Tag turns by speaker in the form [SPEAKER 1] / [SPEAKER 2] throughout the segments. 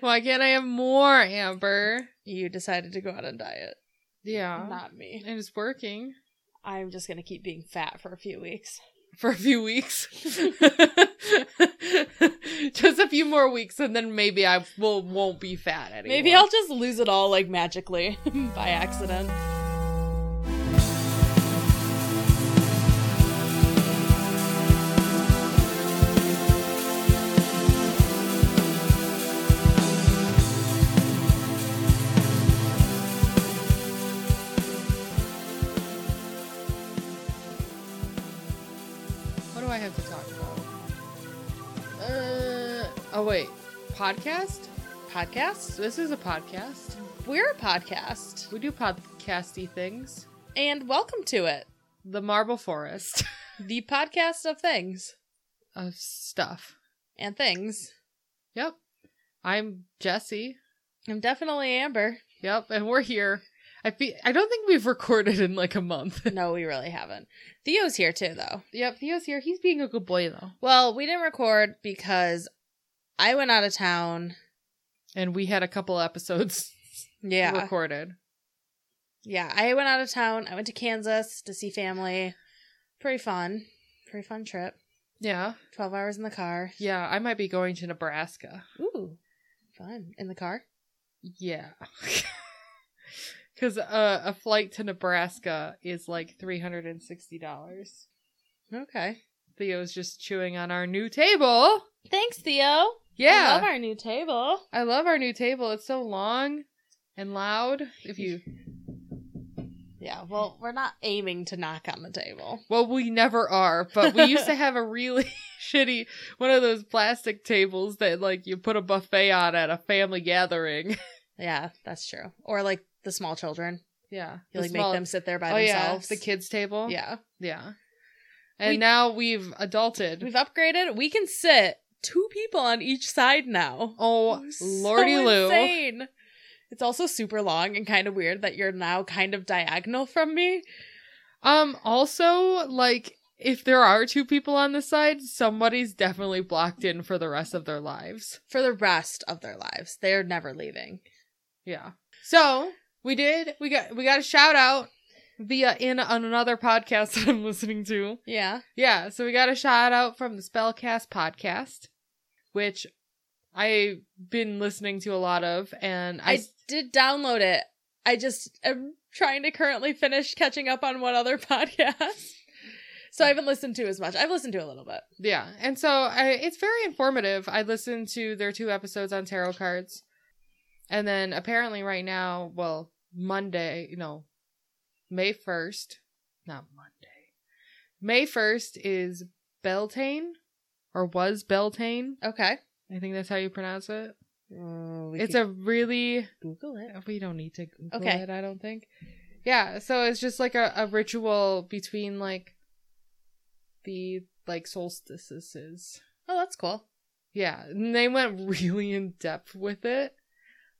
[SPEAKER 1] Why can't I have more, Amber?
[SPEAKER 2] You decided to go out on diet.
[SPEAKER 1] Yeah.
[SPEAKER 2] Not me.
[SPEAKER 1] and it's working
[SPEAKER 2] I'm just gonna keep being fat for a few weeks.
[SPEAKER 1] for a few weeks. Just a few more weeks, and then maybe I will, won't be fat anymore.
[SPEAKER 2] Maybe I'll just lose it all like magically by accident.
[SPEAKER 1] What do I have to talk about? Uh, oh, wait. Podcast? Podcast? This is a podcast.
[SPEAKER 2] We're a podcast,
[SPEAKER 1] We do podcasty things.
[SPEAKER 2] and welcome to it.
[SPEAKER 1] The Marble Forest
[SPEAKER 2] The podcast of things
[SPEAKER 1] of stuff.
[SPEAKER 2] and things.
[SPEAKER 1] Yep. I'm Jesse.
[SPEAKER 2] I'm definitely Amber.
[SPEAKER 1] Yep, and we're here. I feel, I don't think we've recorded in like a month.
[SPEAKER 2] No, we really haven't. Theo's here too, though.
[SPEAKER 1] yep, Theo's here. He's being a good boy though.
[SPEAKER 2] Well, we didn't record because I went out of town.
[SPEAKER 1] And we had a couple episodes
[SPEAKER 2] Yeah.
[SPEAKER 1] recorded.
[SPEAKER 2] Yeah, I went out of town. I went to Kansas to see family. Pretty fun. Pretty fun trip.
[SPEAKER 1] Yeah.
[SPEAKER 2] 12 hours in the car.
[SPEAKER 1] Yeah, I might be going to Nebraska.
[SPEAKER 2] Ooh. Fun. In the car?
[SPEAKER 1] Yeah. Cuz uh, a flight to Nebraska is like $360.
[SPEAKER 2] Okay.
[SPEAKER 1] Theo's just chewing on our new table.
[SPEAKER 2] Thanks, Theo.
[SPEAKER 1] Yeah.
[SPEAKER 2] I love our new table.
[SPEAKER 1] I love our new table. It's so long and loud. If you
[SPEAKER 2] Yeah, well, we're not aiming to knock on the table.
[SPEAKER 1] Well, we never are, but we used to have a really shitty one of those plastic tables that like you put a buffet on at a family gathering.
[SPEAKER 2] Yeah, that's true. Or like the small children.
[SPEAKER 1] Yeah. the
[SPEAKER 2] You like
[SPEAKER 1] small-
[SPEAKER 2] make them sit there by
[SPEAKER 1] oh,
[SPEAKER 2] themselves.
[SPEAKER 1] Yeah, the kids table.
[SPEAKER 2] Yeah.
[SPEAKER 1] Yeah. And
[SPEAKER 2] We-
[SPEAKER 1] now we've adulted.
[SPEAKER 2] We've upgraded. We can sit two people on each side now.
[SPEAKER 1] oh,
[SPEAKER 2] So
[SPEAKER 1] lordy Lou.
[SPEAKER 2] insane. It's also super long and kind of weird that you're now kind of diagonal from me.
[SPEAKER 1] Um also like if there are two people on the side, somebody's definitely blocked in for the rest of their lives.
[SPEAKER 2] For the rest of their lives, they're never leaving.
[SPEAKER 1] Yeah. So we did. We got we got a shout out via in on another podcast that I'm listening to.
[SPEAKER 2] Yeah.
[SPEAKER 1] Yeah. So we got a shout out from the Spellcast podcast, which I've been listening to a lot of, and I,
[SPEAKER 2] I did download it. I just am trying to currently finish catching up on one other podcast. So I haven't listened to as much. I've listened to a little bit.
[SPEAKER 1] yeah, and so I, it's very informative. I listened to their two episodes on tarot cards, and then apparently right now, well, Monday, you know, May first, not Monday, May first is Beltane, or was Beltane?
[SPEAKER 2] Okay.
[SPEAKER 1] I think that's how you pronounce it.
[SPEAKER 2] it's
[SPEAKER 1] It's a really
[SPEAKER 2] a Google it.
[SPEAKER 1] we don't need to Google
[SPEAKER 2] Okay.
[SPEAKER 1] it, I don't think. Yeah, so it's just like a, a ritual between like the like solstices.
[SPEAKER 2] Oh, that's cool.
[SPEAKER 1] Yeah, and they went really in depth with it.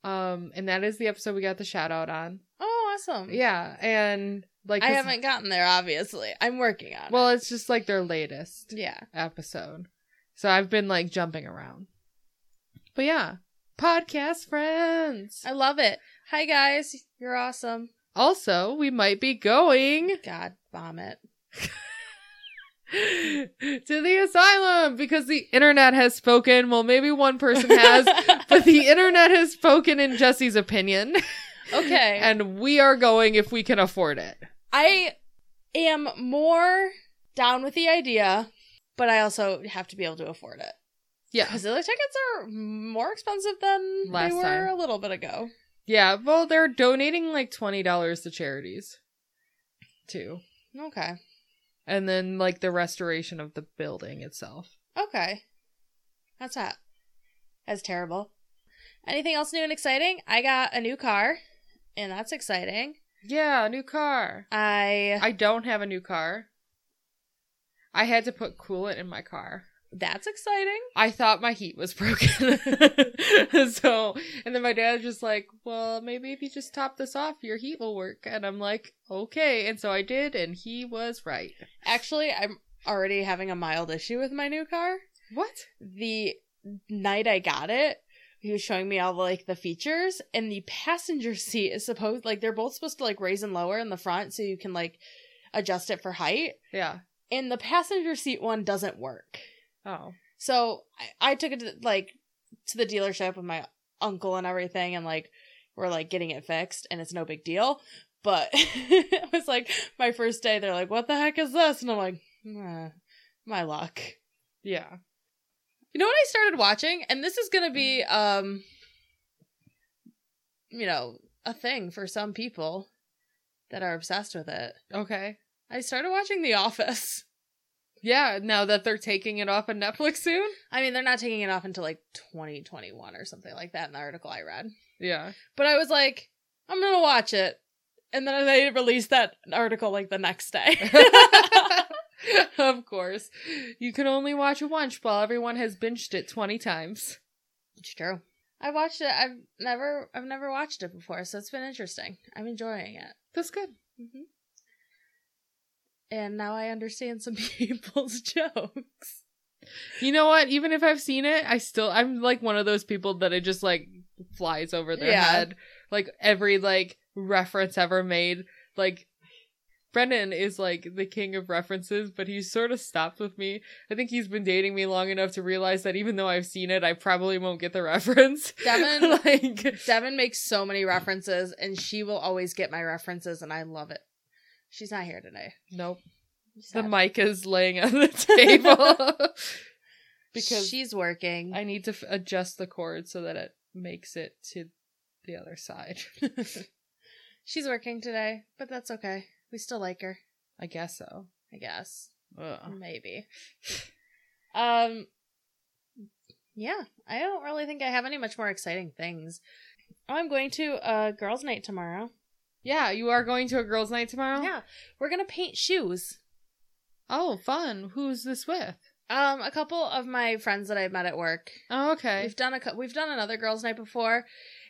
[SPEAKER 1] Um, and that is the episode we got the shout out on.
[SPEAKER 2] Oh, awesome.
[SPEAKER 1] Yeah, and like
[SPEAKER 2] I
[SPEAKER 1] 'cause-
[SPEAKER 2] haven't gotten there, obviously. I'm working on
[SPEAKER 1] Well,
[SPEAKER 2] it.
[SPEAKER 1] it's just like their latest
[SPEAKER 2] yeah.
[SPEAKER 1] episode, so I've been like jumping around. But yeah, podcast friends.
[SPEAKER 2] I love it. Hi, guys. You're awesome.
[SPEAKER 1] Also, we might be going.
[SPEAKER 2] God, vomit.
[SPEAKER 1] to the asylum because the internet has spoken. Well, maybe one person has, but the internet has spoken in Jesse's opinion.
[SPEAKER 2] Okay.
[SPEAKER 1] And we are going if we can afford it.
[SPEAKER 2] I am more down with the idea, but I also have to be able to afford it.
[SPEAKER 1] Yeah.
[SPEAKER 2] Because the tickets are more expensive than
[SPEAKER 1] Last
[SPEAKER 2] they were
[SPEAKER 1] time.
[SPEAKER 2] a little bit ago.
[SPEAKER 1] Yeah. Well, they're donating like $20 to charities too.
[SPEAKER 2] Okay.
[SPEAKER 1] And then like the restoration of the building itself.
[SPEAKER 2] Okay. That's hot. That's terrible. Anything else new and exciting? I got a new car, and that's exciting.
[SPEAKER 1] Yeah. New car.
[SPEAKER 2] I.
[SPEAKER 1] I don't have a new car. I had to put coolant in my car.
[SPEAKER 2] That's exciting.
[SPEAKER 1] I thought my heat was broken. so, and then my dad just like, well, maybe if you just top this off, your heat will work. And I'm like, okay. And so I did, and he was right.
[SPEAKER 2] Actually, I'm already having a mild issue with my new car.
[SPEAKER 1] What?
[SPEAKER 2] the night I got it, he was showing me all the, like the features and the passenger seat is supposed like they're both supposed to like raise and lower in the front so you can like adjust it for height
[SPEAKER 1] Yeah.
[SPEAKER 2] and the passenger seat one doesn't work
[SPEAKER 1] Oh.
[SPEAKER 2] so i, I took it to, like to the dealership with my uncle and everything and like we're like getting it fixed and it's no big deal but it was like my first day they're like what the heck is this and i'm like "Nah, my luck
[SPEAKER 1] Yeah.
[SPEAKER 2] you know what I started watching? And this is going to be um you know, a thing for some people that are obsessed with it.
[SPEAKER 1] Okay.
[SPEAKER 2] I started watching The Office.
[SPEAKER 1] Yeah, now that they're taking it off of Netflix soon.
[SPEAKER 2] I mean, they're not taking it off until like 2021 or something like that in the article I read.
[SPEAKER 1] Yeah.
[SPEAKER 2] But I was like, I'm going to watch it. And then they released that article like the next day.
[SPEAKER 1] of course. You can only watch it once while everyone has binged it 20 times.
[SPEAKER 2] it's true. I watched it. I've never I've never watched it before, so it's been interesting. I'm enjoying it.
[SPEAKER 1] That's good.
[SPEAKER 2] hmm And now I understand some people's jokes.
[SPEAKER 1] You know what? Even if I've seen it, I still I'm like one of those people that it just like flies over their
[SPEAKER 2] Yeah.
[SPEAKER 1] head. Like every like reference ever made. Like Brennan is like the king of references, but he's sort of stopped with me. I think he's been dating me long enough to realize that even though I've seen it, I probably won't get the reference.
[SPEAKER 2] Devin-
[SPEAKER 1] like
[SPEAKER 2] Devin makes so many references, and she will always get my references, and I love it. She's not here today.
[SPEAKER 1] Nope. The
[SPEAKER 2] Sad.
[SPEAKER 1] mic is laying on the table. because
[SPEAKER 2] she's working.
[SPEAKER 1] I need to f- adjust the cord so that it makes it to the other side.
[SPEAKER 2] she's working today, but that's okay. We still like her,
[SPEAKER 1] I guess so.
[SPEAKER 2] I guess.
[SPEAKER 1] Ugh.
[SPEAKER 2] Maybe. Um. Yeah, I don't really think I have any much more exciting things. Oh, I'm going to uh girls' night tomorrow.
[SPEAKER 1] Yeah, you are going to a girls' night tomorrow?
[SPEAKER 2] Yeah, we're gonna paint shoes.
[SPEAKER 1] Oh, fun. Who's this with?
[SPEAKER 2] Um, a couple of my friends that I met at work.
[SPEAKER 1] Oh, okay.
[SPEAKER 2] We've done a cou- we've done another girls' night before,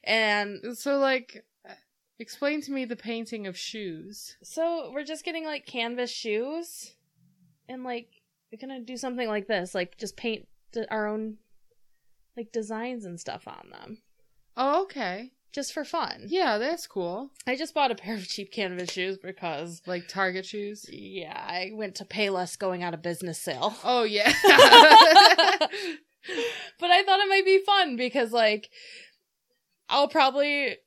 [SPEAKER 2] and
[SPEAKER 1] So, like, explain to me the painting of shoes.
[SPEAKER 2] so we're just getting like canvas shoes, and like we're gonna do something like this, like just paint d- our own like designs and stuff on them,
[SPEAKER 1] Oh, okay.
[SPEAKER 2] just for fun.
[SPEAKER 1] Yeah, that's cool.
[SPEAKER 2] I just bought a pair of cheap canvas shoes because
[SPEAKER 1] Like Target shoes.
[SPEAKER 2] yeah, I went to Payless going out of business sale.
[SPEAKER 1] Oh, yeah.
[SPEAKER 2] but I thought it might be fun because like I'll probably I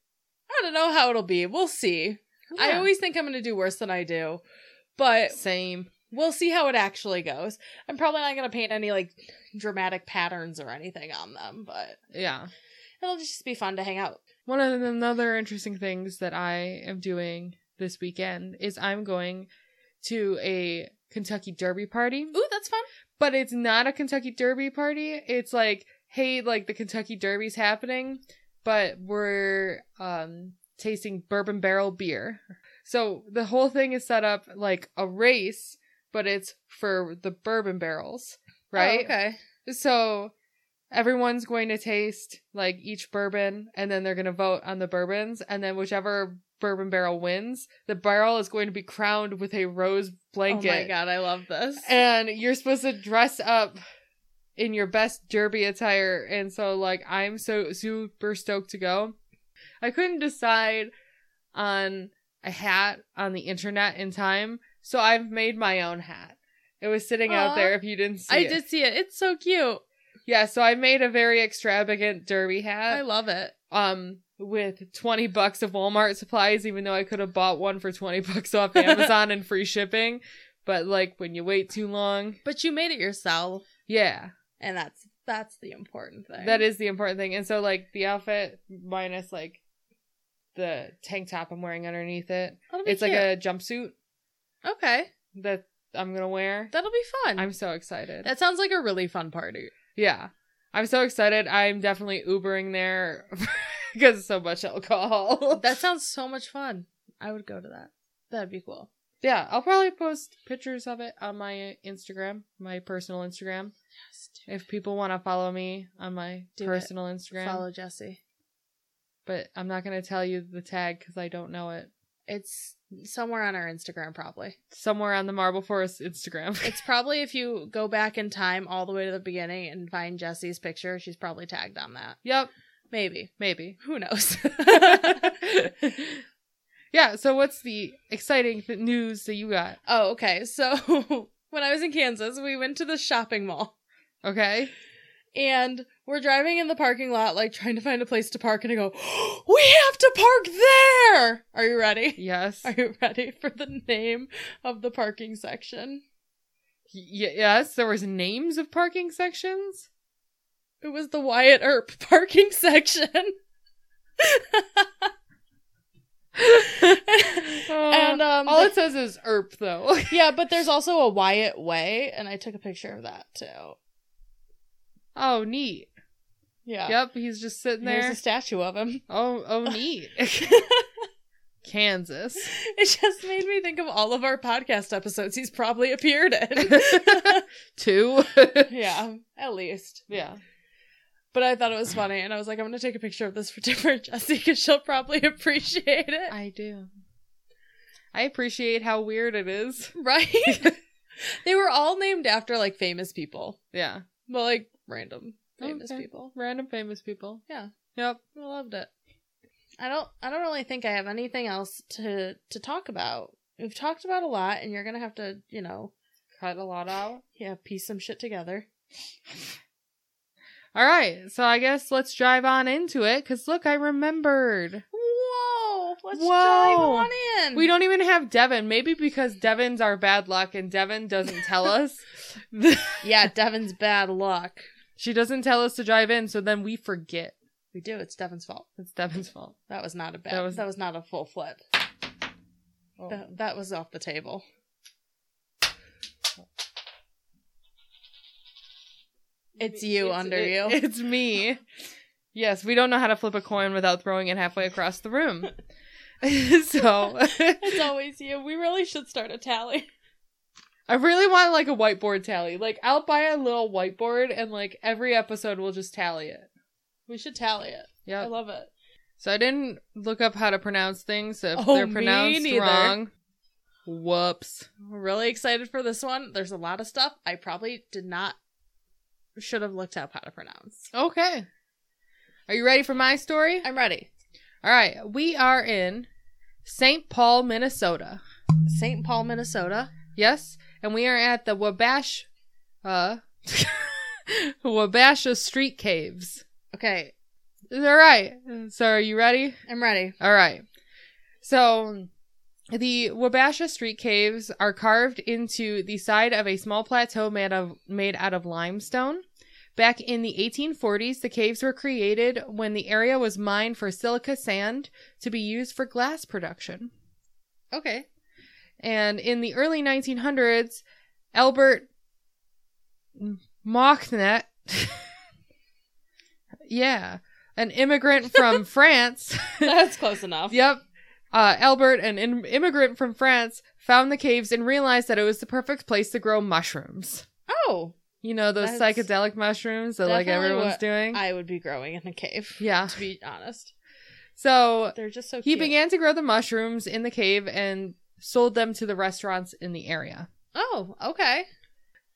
[SPEAKER 2] don't know how it'll be. We'll see. I
[SPEAKER 1] Yeah.
[SPEAKER 2] always think I'm going to do worse than I do. But
[SPEAKER 1] Same.
[SPEAKER 2] we'll see how it actually goes. I'm probably not going to paint any like dramatic patterns or anything on them, but
[SPEAKER 1] Yeah.
[SPEAKER 2] it'll just be fun to hang out.
[SPEAKER 1] One of the another interesting things that I am doing this weekend is I'm going to a Kentucky Derby party.
[SPEAKER 2] Ooh, that's fun.
[SPEAKER 1] but it's not a Kentucky Derby party. It's like, hey, like the Kentucky Derby's happening, but we're um tasting bourbon barrel beer. So the whole thing is set up like a race, but it's for the bourbon barrels, right?
[SPEAKER 2] Oh, okay.
[SPEAKER 1] So everyone's going to taste like each bourbon and then they're going to vote on the bourbons and then whichever bourbon barrel wins, the barrel is going to be crowned with a rose blanket.
[SPEAKER 2] Oh my god, I love this.
[SPEAKER 1] And you're supposed to dress up in your best derby attire. And so, like, I'm so super stoked to go. I couldn't decide on a hat on the internet in time, so I've made my own hat. It was sitting
[SPEAKER 2] Aw.
[SPEAKER 1] out there if you didn't see
[SPEAKER 2] I
[SPEAKER 1] it.
[SPEAKER 2] did see it. It's so cute.
[SPEAKER 1] Yeah, so I made a very extravagant derby
[SPEAKER 2] I
[SPEAKER 1] hat.
[SPEAKER 2] love it.
[SPEAKER 1] Um with 20 bucks of Walmart supplies even though I could have bought one for 20 bucks off Amazon and free shipping, but like when you wait too long,
[SPEAKER 2] But you made it yourself,
[SPEAKER 1] yeah.
[SPEAKER 2] and that's that's the important thing.
[SPEAKER 1] That is the important thing. And so like the outfit minus like the tank top I'm wearing underneath it.
[SPEAKER 2] That'll be
[SPEAKER 1] It's like
[SPEAKER 2] cute.
[SPEAKER 1] a jumpsuit
[SPEAKER 2] Okay,
[SPEAKER 1] that I'm going to wear.
[SPEAKER 2] that'll be fun.
[SPEAKER 1] I'm so excited.
[SPEAKER 2] that sounds like a really fun party.
[SPEAKER 1] Yeah. I'm so excited. I'm definitely Ubering there because so much alcohol.
[SPEAKER 2] That sounds so much fun. I would go to that. That'd be cool.
[SPEAKER 1] yeah, I'll probably post pictures of it on my Instagram, my personal Instagram.
[SPEAKER 2] Yes,
[SPEAKER 1] If people want to follow me on my
[SPEAKER 2] Do it.
[SPEAKER 1] personal Instagram,
[SPEAKER 2] Follow Jesse.
[SPEAKER 1] but I'm not going to tell you the tag because I don't know it.
[SPEAKER 2] It's somewhere on our Instagram, probably.
[SPEAKER 1] Somewhere on the Marble Forest Instagram.
[SPEAKER 2] It's probably if you go back in time all the way to the beginning and find Jesse's picture, she's probably tagged on that.
[SPEAKER 1] yep.
[SPEAKER 2] Maybe.
[SPEAKER 1] Maybe.
[SPEAKER 2] Who knows?
[SPEAKER 1] yeah. So what's the exciting th- news that you got?
[SPEAKER 2] oh, okay. So when I was in Kansas, we went to the shopping mall
[SPEAKER 1] Okay.
[SPEAKER 2] and we're driving in the parking lot, like trying to find a place to park. And I go, We have to park there. Are you ready?
[SPEAKER 1] Yes.
[SPEAKER 2] Are you ready for the name of the parking section?
[SPEAKER 1] Y- yes. There was names of parking sections.
[SPEAKER 2] It was the Wyatt Earp parking section. and um
[SPEAKER 1] Uh, All it says is ERP though.
[SPEAKER 2] yeah, but there's also a Wyatt Way and I took a picture of that too.
[SPEAKER 1] oh, neat.
[SPEAKER 2] Yeah.
[SPEAKER 1] Yep. He's just sitting
[SPEAKER 2] There's
[SPEAKER 1] there.
[SPEAKER 2] a statue of him.
[SPEAKER 1] Oh, oh, neat. Kansas.
[SPEAKER 2] It just made me think of all of our podcast episodes he's probably appeared in.
[SPEAKER 1] Two.
[SPEAKER 2] yeah, at least.
[SPEAKER 1] yeah.
[SPEAKER 2] But I thought it was funny and I was like, I'm going to take a picture of this for different Jessie because she'll probably appreciate it.
[SPEAKER 1] I do. I appreciate how weird it is.
[SPEAKER 2] right? they were all named after like famous people.
[SPEAKER 1] Yeah.
[SPEAKER 2] Well, like random famous
[SPEAKER 1] Okay.
[SPEAKER 2] people.
[SPEAKER 1] Random famous people.
[SPEAKER 2] Yeah.
[SPEAKER 1] Yep.
[SPEAKER 2] I loved it. I don't I don't really think I have anything else to to talk about. We've talked about a lot and you're going to have to, you know,
[SPEAKER 1] Cut a lot out.
[SPEAKER 2] yeah, piece some shit together.
[SPEAKER 1] All right. So I guess let's drive on into it cuz look, I remembered.
[SPEAKER 2] Whoa! Let's
[SPEAKER 1] Whoa.
[SPEAKER 2] dive on in.
[SPEAKER 1] We don't even have Devin. Maybe because Devin's our bad luck and Devin doesn't tell us. th-
[SPEAKER 2] Yeah, Devin's bad luck.
[SPEAKER 1] she doesn't tell us to drive in, so then we forget.
[SPEAKER 2] We do. It's Devin's fault.
[SPEAKER 1] It's Devin's fault.
[SPEAKER 2] That was not a bad.
[SPEAKER 1] That
[SPEAKER 2] That
[SPEAKER 1] was-
[SPEAKER 2] was, not a full flip.
[SPEAKER 1] Oh.
[SPEAKER 2] That, that was off the table. It's you under you.
[SPEAKER 1] It's me. Yes, we don't know how to flip a coin without throwing it halfway across the room. so
[SPEAKER 2] It's always you. We really should start a tally.
[SPEAKER 1] I really want like a whiteboard tally. Like I'll buy a little whiteboard and like every episode we'll just tally it.
[SPEAKER 2] We should tally it. I
[SPEAKER 1] Yeah.
[SPEAKER 2] love it.
[SPEAKER 1] So I didn't look up how to pronounce things. So if
[SPEAKER 2] Oh,
[SPEAKER 1] they're
[SPEAKER 2] me
[SPEAKER 1] pronounced
[SPEAKER 2] neither.
[SPEAKER 1] wrong, whoops.
[SPEAKER 2] We're really excited for this one. There's a lot of stuff I probably did not should have looked up how to pronounce.
[SPEAKER 1] Okay. Are you ready for my story?
[SPEAKER 2] I'm ready.
[SPEAKER 1] All right. We are in St. Paul, Minnesota.
[SPEAKER 2] St. Paul, Minnesota.
[SPEAKER 1] Yes, and we are at the Wabash, uh, Wabasha Street Caves.
[SPEAKER 2] Okay,
[SPEAKER 1] All right. So are you ready?
[SPEAKER 2] I'm ready.
[SPEAKER 1] All right. So the Wabasha Street Caves are carved into the side of a small plateau made of made out of limestone. Back in the 1840s, the caves were created when the area was mined for silica sand to be used for glass production.
[SPEAKER 2] Okay.
[SPEAKER 1] And in the early 1900s, Albert Machnet, yeah, an immigrant from France,
[SPEAKER 2] That's close enough.
[SPEAKER 1] yep, uh, Albert, an im- immigrant from France, found the caves and realized that it was the perfect place to grow mushrooms.
[SPEAKER 2] Oh,
[SPEAKER 1] You know, those
[SPEAKER 2] That's
[SPEAKER 1] psychedelic mushrooms that like
[SPEAKER 2] definitely
[SPEAKER 1] everyone's
[SPEAKER 2] what
[SPEAKER 1] doing?
[SPEAKER 2] I would be growing in a cave.
[SPEAKER 1] yeah.
[SPEAKER 2] To be honest,
[SPEAKER 1] So
[SPEAKER 2] they're just so.
[SPEAKER 1] he
[SPEAKER 2] cute.
[SPEAKER 1] began to grow the mushrooms in the cave and sold them to the restaurants in the area.
[SPEAKER 2] Oh, okay.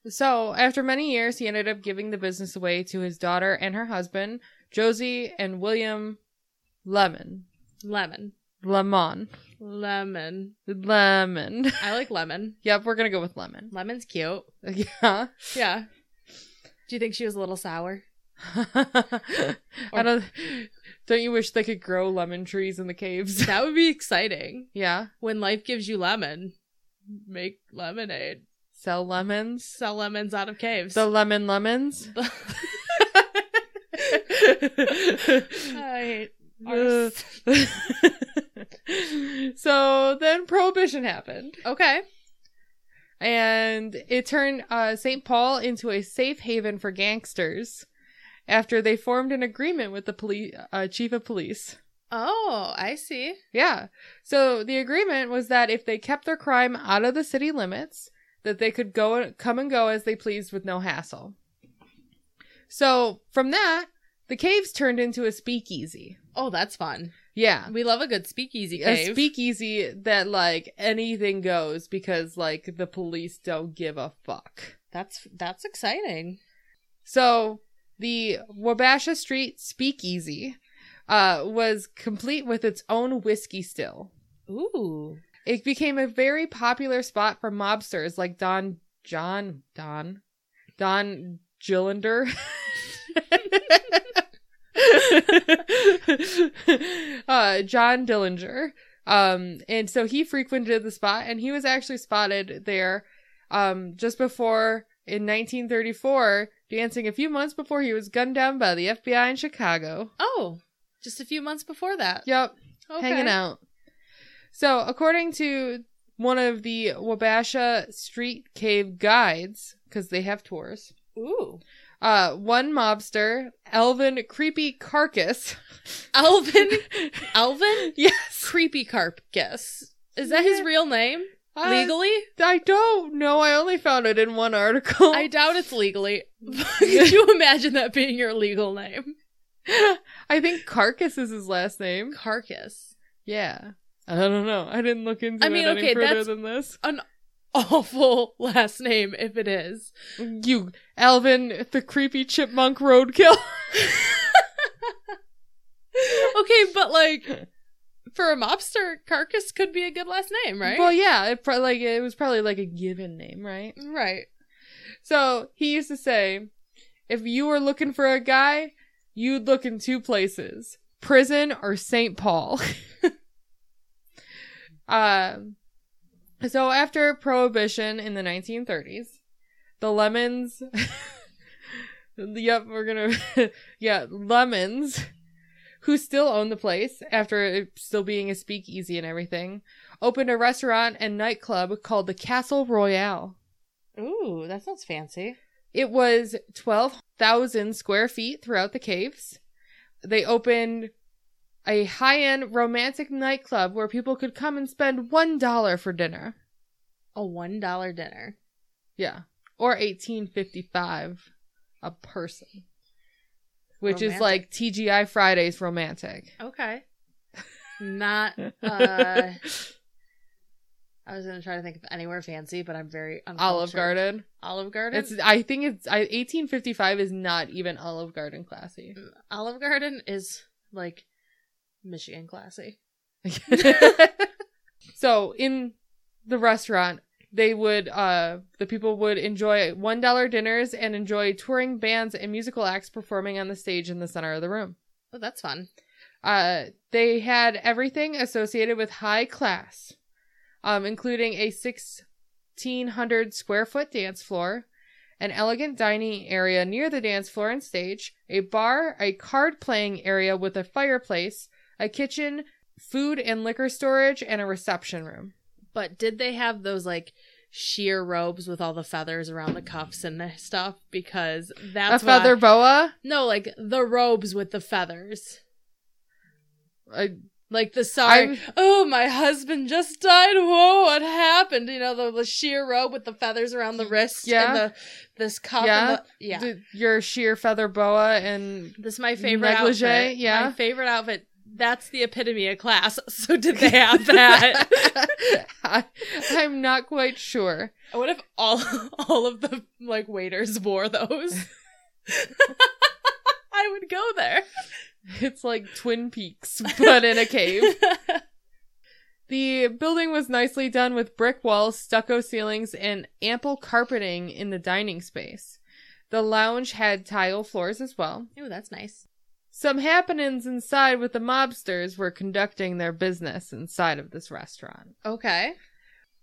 [SPEAKER 1] So, after many years, he ended up giving the business away to his daughter and her husband, Josie and William Lemon.
[SPEAKER 2] Lemon,
[SPEAKER 1] Lemon.
[SPEAKER 2] lemon.
[SPEAKER 1] Lemon.
[SPEAKER 2] I like lemon.
[SPEAKER 1] yep, we're going to go with lemon.
[SPEAKER 2] Lemon's cute.
[SPEAKER 1] Yeah.
[SPEAKER 2] Yeah. Do you think she was a little sour?
[SPEAKER 1] I don't Don't you wish they could grow lemon trees in the caves?
[SPEAKER 2] That would be exciting.
[SPEAKER 1] yeah.
[SPEAKER 2] When life gives you lemon, make lemonade.
[SPEAKER 1] Sell lemons.
[SPEAKER 2] Sell lemons out of caves.
[SPEAKER 1] The lemon lemons.
[SPEAKER 2] I- Arse.
[SPEAKER 1] so then prohibition happened.
[SPEAKER 2] okay.
[SPEAKER 1] and it turned uh, St. Paul into a safe haven for gangsters after they formed an agreement with the police uh, chief of police.
[SPEAKER 2] Oh, I see.
[SPEAKER 1] Yeah. So the agreement was that if they kept their crime out of the city limits, that they could go come and go as they pleased with no hassle. So from that, the caves turned into a speakeasy.
[SPEAKER 2] Oh, that's fun.
[SPEAKER 1] Yeah.
[SPEAKER 2] We love a good speakeasy
[SPEAKER 1] a
[SPEAKER 2] cave.
[SPEAKER 1] speakeasy that like anything goes because like the police don't give a fuck.
[SPEAKER 2] that's that's exciting.
[SPEAKER 1] So the Wabasha Street Speakeasy uh, was complete with its own whiskey still.
[SPEAKER 2] Ooh.
[SPEAKER 1] It became a very popular spot for mobsters like Don John Don Don Gillander. uh, John Dillinger. Um, and so he frequented the spot and he was actually spotted there um, just before in 1934, dancing a few months before he was gunned down by the FBI in Chicago.
[SPEAKER 2] Oh, just a few months before that.
[SPEAKER 1] Yep
[SPEAKER 2] Okay.
[SPEAKER 1] hanging out. So, according to one of the Wabasha Street Cave guides, because they have tours,
[SPEAKER 2] Ooh.
[SPEAKER 1] uh, one mobster, Elvin Creepy Carcass,
[SPEAKER 2] Alvin. Alvin?
[SPEAKER 1] yes,
[SPEAKER 2] Creepy Carp guess. Is that his
[SPEAKER 1] Yeah.
[SPEAKER 2] real name?
[SPEAKER 1] Uh,
[SPEAKER 2] legally?
[SPEAKER 1] I don't know. I only found it in one article.
[SPEAKER 2] I doubt it's legally. Could you imagine that being your legal name?
[SPEAKER 1] I think Carcass is his last name.
[SPEAKER 2] Carcass.
[SPEAKER 1] Yeah. I don't know. I didn't look into
[SPEAKER 2] I mean,
[SPEAKER 1] it any
[SPEAKER 2] okay,
[SPEAKER 1] further
[SPEAKER 2] that's-
[SPEAKER 1] than this.
[SPEAKER 2] Awful last name if it is.
[SPEAKER 1] You, Elvin, the creepy chipmunk roadkill.
[SPEAKER 2] Okay, but like for a mobster, carcass could be a good last name, right?
[SPEAKER 1] Well, yeah, it pro- like it was probably like a given name, right?
[SPEAKER 2] right.
[SPEAKER 1] So he used to say, if you were looking for a guy, you'd look in two places prison or St. Paul. um, so after Prohibition in the 1930s, the lemons. yep, we're gonna. yeah, lemons. Who still owned the place after it still being a speakeasy and everything? Opened a restaurant and nightclub called the Castle Royale.
[SPEAKER 2] Ooh, that sounds fancy.
[SPEAKER 1] It was 12,000 square feet throughout the caves. They opened a high end romantic nightclub where people could come and spend $1 for dinner.
[SPEAKER 2] A one dollar dinner.
[SPEAKER 1] Yeah. Or 1855 a person. Which is
[SPEAKER 2] Romantic.
[SPEAKER 1] like TGI Fridays romantic.
[SPEAKER 2] Okay. Not uh I was gonna try to think of anywhere fancy, but I'm very
[SPEAKER 1] Olive
[SPEAKER 2] uncultured.
[SPEAKER 1] Garden.
[SPEAKER 2] Olive Garden.
[SPEAKER 1] It's I think it's I, 1855 is not even Olive Garden classy.
[SPEAKER 2] Olive Garden is like Michigan classy.
[SPEAKER 1] so in the restaurant they would uh the people would enjoy one dollar dinners and enjoy touring bands and musical acts performing on the stage in the center of the room
[SPEAKER 2] Oh, that's fun.
[SPEAKER 1] uh they had everything associated with high class um including a 1600 square foot dance floor an elegant dining area near the dance floor and stage a bar a card playing area with a fireplace a kitchen food and liquor storage and a reception room
[SPEAKER 2] But did they have those like sheer robes with all the feathers around the cuffs and the stuff? Because that's
[SPEAKER 1] a feather
[SPEAKER 2] Why...
[SPEAKER 1] boa
[SPEAKER 2] No, like the robes with the feathers.
[SPEAKER 1] I,
[SPEAKER 2] Like the sorry.
[SPEAKER 1] I'm-
[SPEAKER 2] Oh, my husband just died. Whoa, what happened? You know the, the sheer robe with the feathers around the wrist
[SPEAKER 1] Yeah.
[SPEAKER 2] and the this cuff.
[SPEAKER 1] Yeah.
[SPEAKER 2] and the, yeah.
[SPEAKER 1] d- your sheer feather boa and
[SPEAKER 2] This is my favorite
[SPEAKER 1] Negligee,
[SPEAKER 2] outfit.
[SPEAKER 1] yeah.
[SPEAKER 2] My favorite outfit. That's the epitome of class. So did they have that?
[SPEAKER 1] I, i'm not quite sure
[SPEAKER 2] what if all all of the like waiters wore those? I would go there.
[SPEAKER 1] It's like Twin Peaks, but in a cave. The building was nicely done with brick walls, stucco ceilings, and ample carpeting in the dining space. The lounge had tile floors as well.
[SPEAKER 2] Ooh, that's nice.
[SPEAKER 1] Some happenings inside with the mobsters were conducting their business inside of this restaurant.
[SPEAKER 2] Okay.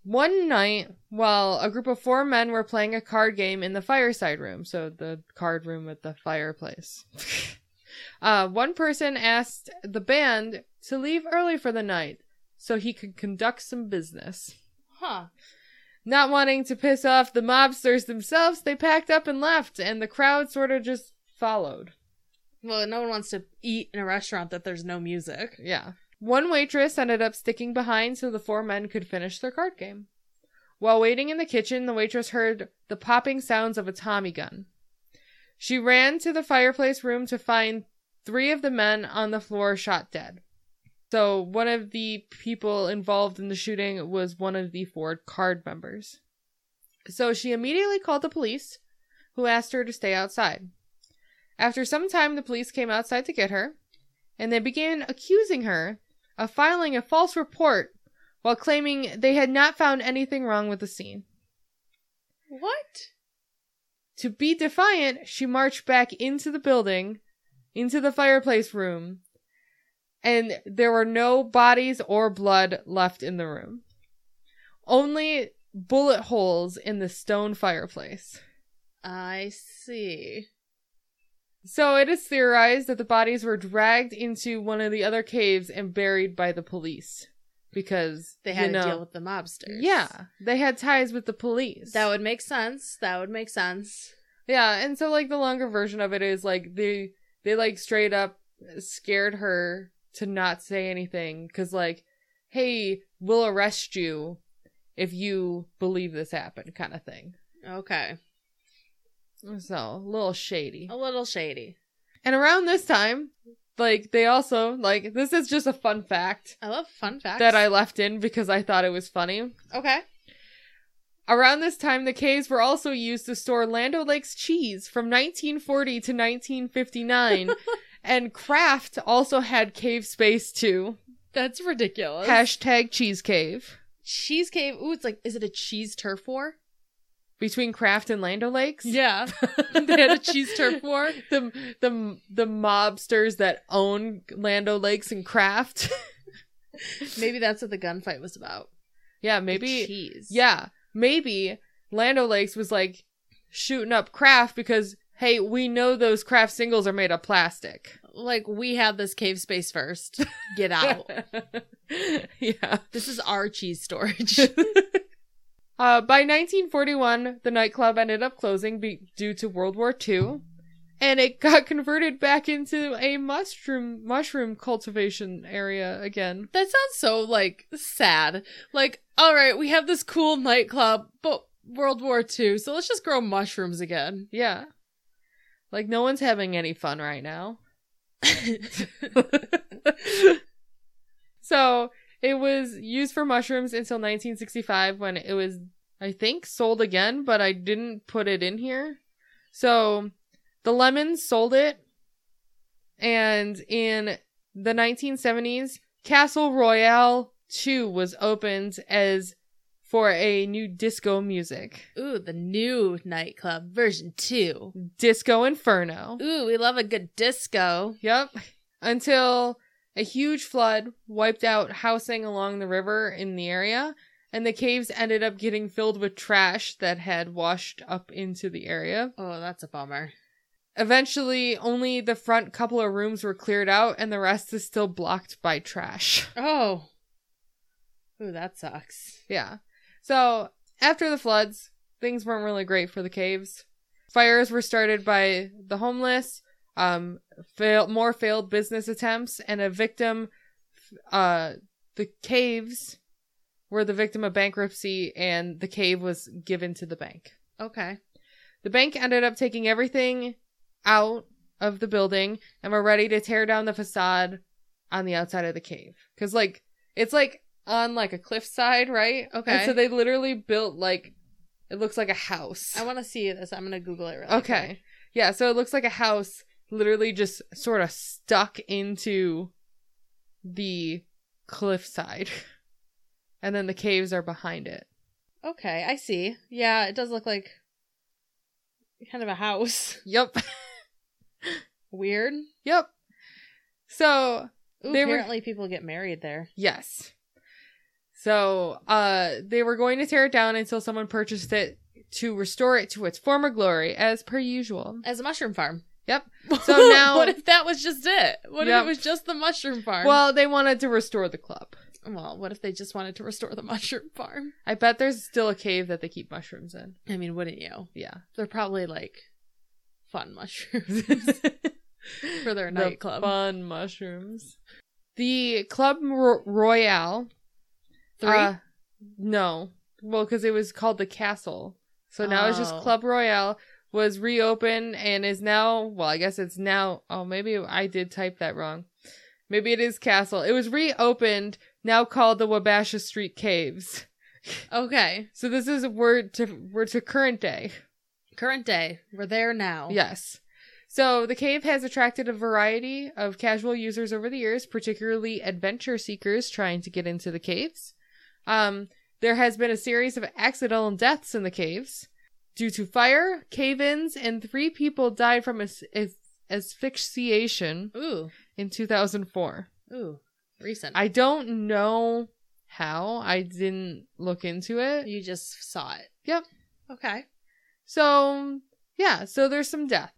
[SPEAKER 1] One night, while a group of four men were playing a card game in the fireside room, so the card room with the fireplace, uh, one person asked the band to leave early for the night so he could conduct some business.
[SPEAKER 2] Huh.
[SPEAKER 1] Not wanting to piss off the mobsters themselves, they packed up and left, and the crowd sort of just followed.
[SPEAKER 2] Well, no one wants to eat in a restaurant that there's no music.
[SPEAKER 1] Yeah. One waitress ended up sticking behind so the four men could finish their card game. While waiting in the kitchen, the waitress heard the popping sounds of a Tommy gun. She ran to the fireplace room to find three of the men on the floor shot dead. So, one of the people involved in the shooting was one of the Ford card members. So, she immediately called the police, who asked her to stay outside. After some time, the police came outside to get her. and they began accusing her of filing a false report while claiming they had not found anything wrong with the scene.
[SPEAKER 2] What?
[SPEAKER 1] To be defiant, she marched back into the building, into the fireplace room, and there were no bodies or blood left in the room. Only bullet holes in the stone fireplace.
[SPEAKER 2] I see.
[SPEAKER 1] So it is theorized that the bodies were dragged into one of the other caves and buried by the police because
[SPEAKER 2] They had
[SPEAKER 1] you
[SPEAKER 2] to
[SPEAKER 1] know-
[SPEAKER 2] deal with the mobsters.
[SPEAKER 1] Yeah, they had ties with the police.
[SPEAKER 2] That would make sense. That would make sense.
[SPEAKER 1] Yeah, and so like the longer version of it is like they they like straight up scared her to not say anything cuz like hey, we'll arrest you if you believe this happened kind of thing.
[SPEAKER 2] Okay.
[SPEAKER 1] So, a little shady.
[SPEAKER 2] A little shady.
[SPEAKER 1] And around this time, like they also like this is just a fun fact
[SPEAKER 2] I love fun facts.
[SPEAKER 1] that I left in because I thought it was funny.
[SPEAKER 2] Okay.
[SPEAKER 1] Around this time, the caves were also used to store Lando Lake's cheese from 1940 to 1959, and Kraft also had cave space too.
[SPEAKER 2] That's ridiculous.
[SPEAKER 1] Hashtag Cheese Cave
[SPEAKER 2] cheese cave. Ooh, it's like, is it a cheese turf war?
[SPEAKER 1] between Kraft and Lando Lakes.
[SPEAKER 2] Yeah.
[SPEAKER 1] they had a cheese turf war. The the the mobsters that own Lando Lakes and Kraft.
[SPEAKER 2] Maybe that's what the gunfight was about.
[SPEAKER 1] yeah,
[SPEAKER 2] The
[SPEAKER 1] maybe
[SPEAKER 2] cheese.
[SPEAKER 1] Yeah, maybe Lando Lakes was like shooting up Kraft because hey, we know those Kraft singles are made of plastic.
[SPEAKER 2] Like we had this cave space first. Get out.
[SPEAKER 1] yeah.
[SPEAKER 2] this is our cheese storage.
[SPEAKER 1] Uh, by 1941, the nightclub ended up closing be- due to World War II, and it got converted back into a mushroom mushroom cultivation area again.
[SPEAKER 2] that sounds so like sad. Like, all right, we have this cool nightclub, but World War II, so let's just grow mushrooms again.
[SPEAKER 1] Yeah, like no one's having any fun right now. so it was used for mushrooms until 1965 when it was, I think, sold again, but I didn't put it in here. So the Lemons sold it. And in the 1970s, Castle Royale 2 was opened as for a new disco music,
[SPEAKER 2] Ooh, the new nightclub version two.
[SPEAKER 1] Disco Inferno.
[SPEAKER 2] Ooh, we love a good disco.
[SPEAKER 1] Yep. Until a huge flood wiped out housing along the river in the area, and the caves ended up getting filled with trash that had washed up into the area.
[SPEAKER 2] Oh, that's a bummer.
[SPEAKER 1] Eventually, only the front couple of rooms were cleared out, and the rest is still blocked by trash.
[SPEAKER 2] Oh. Ooh, that sucks.
[SPEAKER 1] Yeah. So, after the floods, things weren't really great for the caves. Fires were started by the homeless, um, fail- more failed business attempts, and a victim. Uh, the caves were the victim of bankruptcy, and the cave was given to the bank.
[SPEAKER 2] Okay.
[SPEAKER 1] The bank ended up taking everything out of the building and were ready to tear down the facade on the outside of the cave. Cause like it's like on like a cliffside, right?
[SPEAKER 2] Okay.
[SPEAKER 1] And so they literally built like it looks like a house.
[SPEAKER 2] I want to see this. I'm going to Google it really
[SPEAKER 1] okay.
[SPEAKER 2] quick.
[SPEAKER 1] Yeah, so it looks like a house literally just sort of stuck into the cliffside. And then the caves are behind it.
[SPEAKER 2] Okay, I see. Yeah, it does look like kind of a house.
[SPEAKER 1] Yep.
[SPEAKER 2] Weird.
[SPEAKER 1] Yep. So
[SPEAKER 2] Ooh,
[SPEAKER 1] They were-
[SPEAKER 2] apparently people get married there.
[SPEAKER 1] Yes. So, uh, they were going to tear it down until someone purchased it to restore it to its former glory, as per usual.
[SPEAKER 2] As a mushroom farm.
[SPEAKER 1] Yep. So now-
[SPEAKER 2] what if that was just it? What
[SPEAKER 1] Yep.
[SPEAKER 2] if it was just the mushroom farm?
[SPEAKER 1] Well, they wanted to restore the club.
[SPEAKER 2] well, what if they just wanted to restore the mushroom farm?
[SPEAKER 1] I bet there's still a cave that they keep mushrooms in.
[SPEAKER 2] I mean, wouldn't you?
[SPEAKER 1] Yeah.
[SPEAKER 2] They're probably like fun mushrooms for their
[SPEAKER 1] The
[SPEAKER 2] nightclub.
[SPEAKER 1] Fun mushrooms. The Club Ro- Royale.
[SPEAKER 2] Three.
[SPEAKER 1] uh, no. Well, because it was called the Castle. So now it's just
[SPEAKER 2] Oh.
[SPEAKER 1] Club Royale was reopened and is now, well, I guess it's now, oh, maybe I did type that wrong. Maybe it is Castle. It was reopened, now called the Wabasha Street Caves.
[SPEAKER 2] okay.
[SPEAKER 1] So this is we're to we're to current day.
[SPEAKER 2] Oh. Current day. We're there now.
[SPEAKER 1] Yes. So, the cave has attracted a variety of casual users over the years, particularly adventure seekers trying to get into the caves. Um, there has been a series of accidental deaths in the caves due to fire, cave ins, and three people died from as- as- asphyxiation
[SPEAKER 2] Ooh,
[SPEAKER 1] in 2004.
[SPEAKER 2] ooh, recent.
[SPEAKER 1] I don't know how, I didn't look into it.
[SPEAKER 2] you just saw it.
[SPEAKER 1] Yep.
[SPEAKER 2] Okay.
[SPEAKER 1] So, yeah, so there's some death.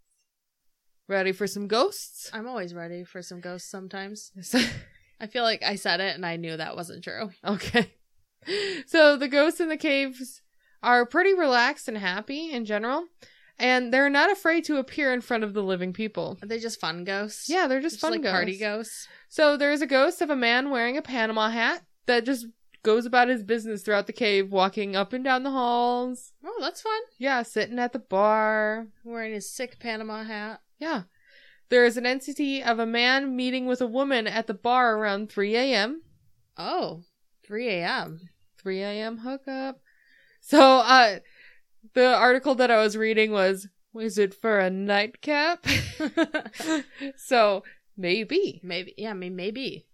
[SPEAKER 1] Ready for some ghosts?
[SPEAKER 2] I'm always ready for some ghosts. Sometimes
[SPEAKER 1] So-
[SPEAKER 2] I feel like I said it and I knew that wasn't true.
[SPEAKER 1] okay. So, the ghosts in the caves are pretty relaxed and happy in general, and they're not afraid to appear in front of the living people.
[SPEAKER 2] Are they just fun ghosts?
[SPEAKER 1] Yeah, they're just,
[SPEAKER 2] just,
[SPEAKER 1] fun
[SPEAKER 2] like
[SPEAKER 1] ghosts.
[SPEAKER 2] party ghosts.
[SPEAKER 1] So, there's a ghost of a man wearing a Panama hat that just goes about his business throughout the cave, walking up and down the halls.
[SPEAKER 2] Oh, that's fun.
[SPEAKER 1] Yeah, sitting at the bar.
[SPEAKER 2] Wearing his sick Panama hat.
[SPEAKER 1] Yeah. There is an entity of a man meeting with a woman at the bar around 3 a.m.
[SPEAKER 2] Oh, 3 a.m.
[SPEAKER 1] 3 a.m. hookup. So, uh, the article that I was reading was, is it for a nightcap? so, maybe.
[SPEAKER 2] Maybe. Yeah, I mean, maybe.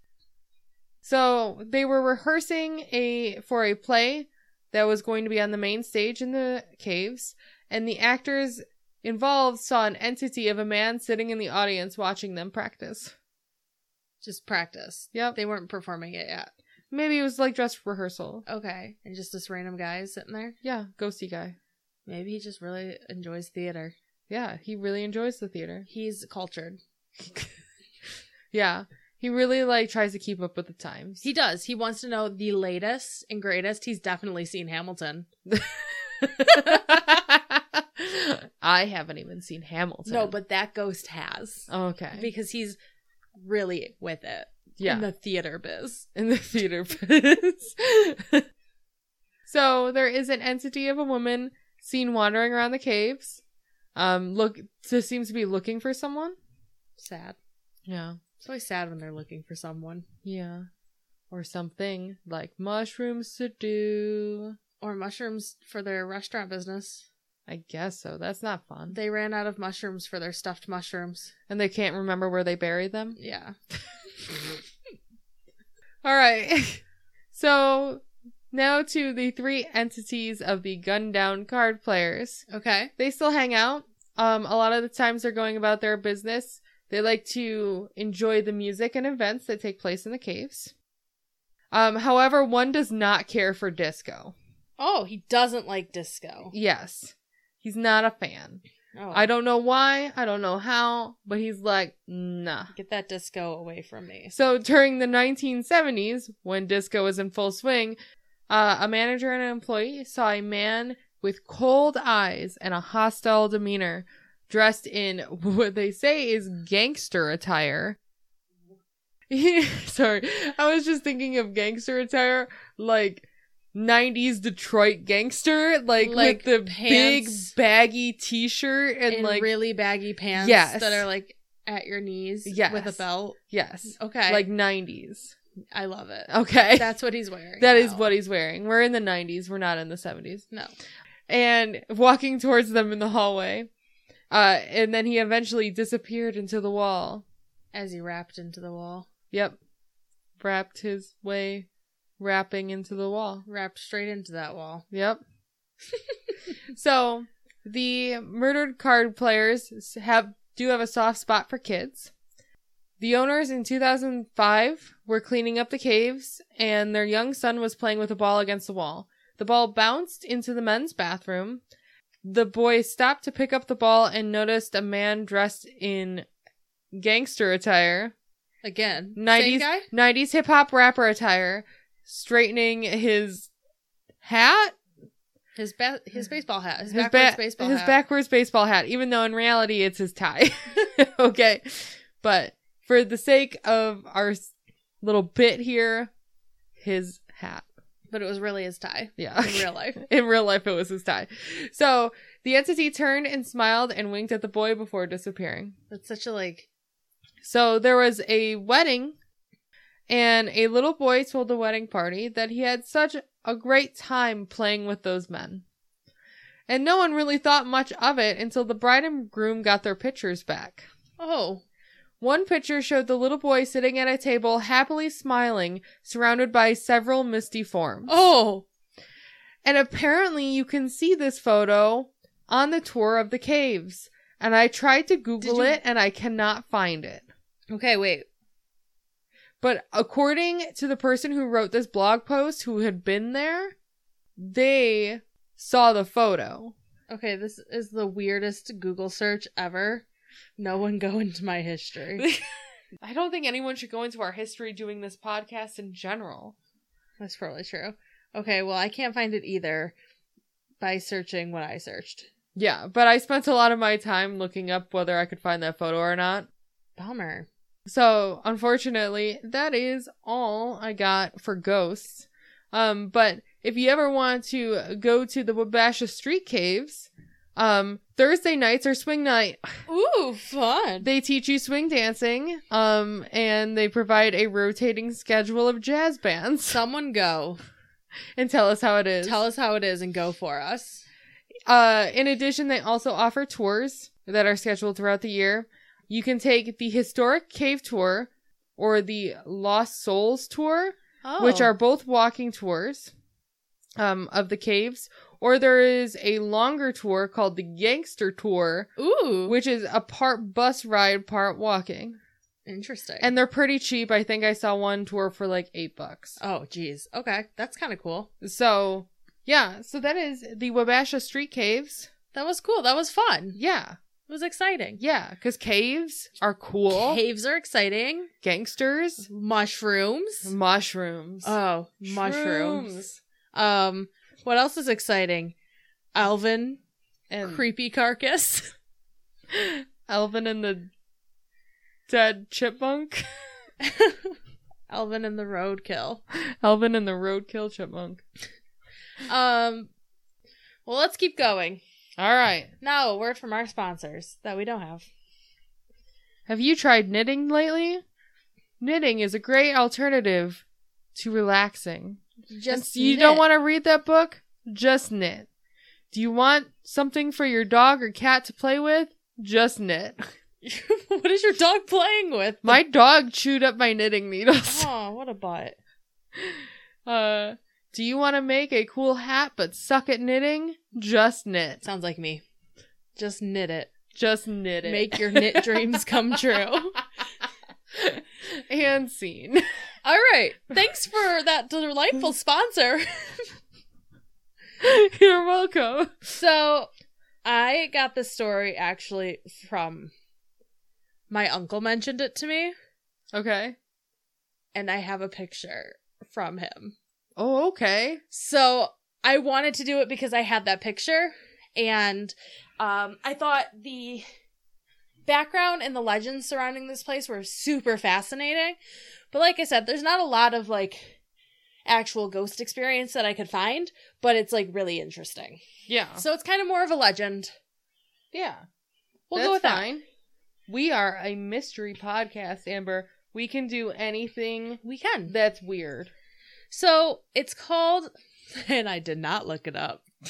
[SPEAKER 1] So, they were rehearsing a, for a play that was going to be on the main stage in the caves, and the actors involved saw an entity of a man sitting in the audience watching them practice.
[SPEAKER 2] Just practice.
[SPEAKER 1] Yep.
[SPEAKER 2] They weren't performing it yet.
[SPEAKER 1] Maybe it was like dress rehearsal.
[SPEAKER 2] Okay. And just this random guy sitting there.
[SPEAKER 1] Yeah, ghosty guy.
[SPEAKER 2] Maybe he just really enjoys theater.
[SPEAKER 1] Yeah, he really enjoys the theater.
[SPEAKER 2] He's cultured.
[SPEAKER 1] Yeah, he really like tries to keep up with the times.
[SPEAKER 2] He does. He wants to know the latest and greatest. He's definitely seen Hamilton.
[SPEAKER 1] I haven't even seen Hamilton.
[SPEAKER 2] No, but that ghost has.
[SPEAKER 1] okay,
[SPEAKER 2] Because he's really with it.
[SPEAKER 1] yeah,
[SPEAKER 2] In the theater biz.
[SPEAKER 1] in the theater biz. so there is an entity of a woman seen wandering around the caves. Um, look, so seems to be looking for someone.
[SPEAKER 2] Sad.
[SPEAKER 1] Yeah,
[SPEAKER 2] It's always sad when they're looking for someone.
[SPEAKER 1] yeah, or something like mushrooms to do.
[SPEAKER 2] Or mushrooms for their restaurant business.
[SPEAKER 1] I guess so. That's not fun.
[SPEAKER 2] They ran out of mushrooms for their stuffed mushrooms.
[SPEAKER 1] And they can't remember where they buried them.
[SPEAKER 2] Yeah.
[SPEAKER 1] All right. so now to the three entities of the gun down card players.
[SPEAKER 2] Okay.
[SPEAKER 1] They still hang out. Um, a lot of the times they're going about their business. They like to enjoy the music and events that take place in the caves. Um, however, one does not care for disco.
[SPEAKER 2] Oh, he doesn't like disco.
[SPEAKER 1] Yes. He's not a fan.
[SPEAKER 2] Oh,
[SPEAKER 1] I don't know why. I don't know how, but he's like, nah.
[SPEAKER 2] get that disco away from me.
[SPEAKER 1] So during the 1970s, when disco was in full swing, uh, a manager and an employee saw a man with cold eyes and a hostile demeanor dressed in what they say is gangster attire. Sorry, I was just thinking of gangster attire like 90s Detroit gangster, like,
[SPEAKER 2] Like
[SPEAKER 1] with the
[SPEAKER 2] pants.
[SPEAKER 1] big baggy t shirt and,
[SPEAKER 2] In
[SPEAKER 1] like,
[SPEAKER 2] really baggy pants
[SPEAKER 1] Yes.
[SPEAKER 2] that are like at your knees
[SPEAKER 1] Yes.
[SPEAKER 2] with a belt.
[SPEAKER 1] yes,
[SPEAKER 2] Okay.
[SPEAKER 1] like 90s.
[SPEAKER 2] I love it.
[SPEAKER 1] Okay.
[SPEAKER 2] That's what he's wearing.
[SPEAKER 1] That is
[SPEAKER 2] now.
[SPEAKER 1] what he's wearing. We're in the 90s. We're not in the 70s.
[SPEAKER 2] No.
[SPEAKER 1] And walking towards them in the hallway. Uh, and then he eventually disappeared into the wall.
[SPEAKER 2] As he wrapped into the wall.
[SPEAKER 1] Yep. Wrapped his way, wrapping into the wall.
[SPEAKER 2] Wrapped straight into that wall.
[SPEAKER 1] Yep. so the murdered card players have do have a soft spot for kids. The owners in 2005 were cleaning up the caves, and their young son was playing with a ball against the wall. The ball bounced into the men's bathroom. The boy stopped to pick up the ball and noticed a man dressed in gangster attire,
[SPEAKER 2] Again.
[SPEAKER 1] 90s
[SPEAKER 2] Same guy?
[SPEAKER 1] 90s hip hop rapper attire, straightening his hat
[SPEAKER 2] His ba- his baseball hat. His,
[SPEAKER 1] his
[SPEAKER 2] backwards
[SPEAKER 1] ba-
[SPEAKER 2] baseball
[SPEAKER 1] his
[SPEAKER 2] hat.
[SPEAKER 1] backwards baseball hat, even though in reality it's his tie. okay. But for the sake of our s- little bit here, his hat.
[SPEAKER 2] but it was really his tie
[SPEAKER 1] Yeah.
[SPEAKER 2] in real life.
[SPEAKER 1] in real life, it was his tie. So the entity turned and smiled and winked at the boy before disappearing.
[SPEAKER 2] That's such a like
[SPEAKER 1] So there was a wedding, and a little boy told the wedding party that he had such a great time playing with those men. And no one really thought much of it until the bride and groom got their pictures back.
[SPEAKER 2] Oh.
[SPEAKER 1] One picture showed the little boy sitting at a table, happily smiling, surrounded by several misty forms.
[SPEAKER 2] Oh.
[SPEAKER 1] And apparently, you can see this photo on the tour of the caves. And I tried to Google
[SPEAKER 2] you-
[SPEAKER 1] it and I cannot find it.
[SPEAKER 2] Okay, wait.
[SPEAKER 1] But according to the person who wrote this blog post who had been there, they saw the photo.
[SPEAKER 2] Okay, this is the weirdest Google search ever. No one go into my history.
[SPEAKER 1] I don't think anyone should go into our history doing this podcast in general.
[SPEAKER 2] That's probably true. Okay, well, I can't find it either by searching what I searched.
[SPEAKER 1] Yeah, but I spent a lot of my time looking up whether I could find that photo or not.
[SPEAKER 2] Bummer.
[SPEAKER 1] So, unfortunately, that is all I got for ghosts. Um, but if you ever want to go to the Wabasha Street Caves, um, Thursday nights are swing night.
[SPEAKER 2] Ooh, fun.
[SPEAKER 1] They teach you swing dancing, um, and they provide a rotating schedule of jazz bands.
[SPEAKER 2] Someone go.
[SPEAKER 1] And tell us how it is.
[SPEAKER 2] Tell us how it is and go for us.
[SPEAKER 1] Uh, in addition, they also offer tours that are scheduled throughout the year. You can take the historic cave tour or the Lost Souls tour,
[SPEAKER 2] Oh.
[SPEAKER 1] which are both walking tours um, of the caves, or there is a longer tour called the Gangster Tour,
[SPEAKER 2] ooh,
[SPEAKER 1] which is a part bus ride, part walking.
[SPEAKER 2] interesting.
[SPEAKER 1] And they're pretty cheap. I think I saw one tour for like eight bucks.
[SPEAKER 2] oh, geez. Okay, that's kind of cool.
[SPEAKER 1] So, yeah, so that is the Wabasha Street Caves.
[SPEAKER 2] That was cool. That was fun.
[SPEAKER 1] Yeah,
[SPEAKER 2] It was exciting.
[SPEAKER 1] yeah, because caves are cool.
[SPEAKER 2] Caves are exciting.
[SPEAKER 1] Gangsters,
[SPEAKER 2] Mushrooms.
[SPEAKER 1] mushrooms.
[SPEAKER 2] Oh, mushrooms.
[SPEAKER 1] Shrooms.
[SPEAKER 2] Um, what else is exciting? Alvin,
[SPEAKER 1] And
[SPEAKER 2] creepy carcass.
[SPEAKER 1] Elvin and the dead chipmunk.
[SPEAKER 2] Alvin and the roadkill.
[SPEAKER 1] Elvin and the roadkill chipmunk.
[SPEAKER 2] Um, well, let's keep going.
[SPEAKER 1] All right.
[SPEAKER 2] Now, a word from our sponsors that we don't have.
[SPEAKER 1] Have you tried knitting lately? Knitting is a great alternative to relaxing.
[SPEAKER 2] Just
[SPEAKER 1] you don't want to read that book? Just knit. Do you want something for your dog or cat to play with? Just knit.
[SPEAKER 2] what is your dog playing with?
[SPEAKER 1] My dog chewed up my knitting needles.
[SPEAKER 2] Oh, what a butt.
[SPEAKER 1] Uh, do you want to make a cool hat but suck at knitting? Just knit.
[SPEAKER 2] Sounds like me. Just knit it.
[SPEAKER 1] Just knit it.
[SPEAKER 2] Make your knit dreams come true.
[SPEAKER 1] and scene.
[SPEAKER 2] All right. Thanks for that delightful sponsor.
[SPEAKER 1] You're welcome.
[SPEAKER 2] So, I got this story actually from my uncle mentioned it to me,
[SPEAKER 1] Okay.
[SPEAKER 2] and I have a picture from him.
[SPEAKER 1] Oh, okay.
[SPEAKER 2] So I wanted to do it because I had that picture, and um, I thought the background and the legends surrounding this place were super fascinating. But like I said, there's not a lot of like actual ghost experience that I could find, but it's like really interesting.
[SPEAKER 1] Yeah.
[SPEAKER 2] So it's kind of more of a legend.
[SPEAKER 1] Yeah.
[SPEAKER 2] We'll go with that.
[SPEAKER 1] We are a mystery podcast, Amber. We can do anything
[SPEAKER 2] We can.
[SPEAKER 1] that's weird.
[SPEAKER 2] So it's called, and I did not look it up.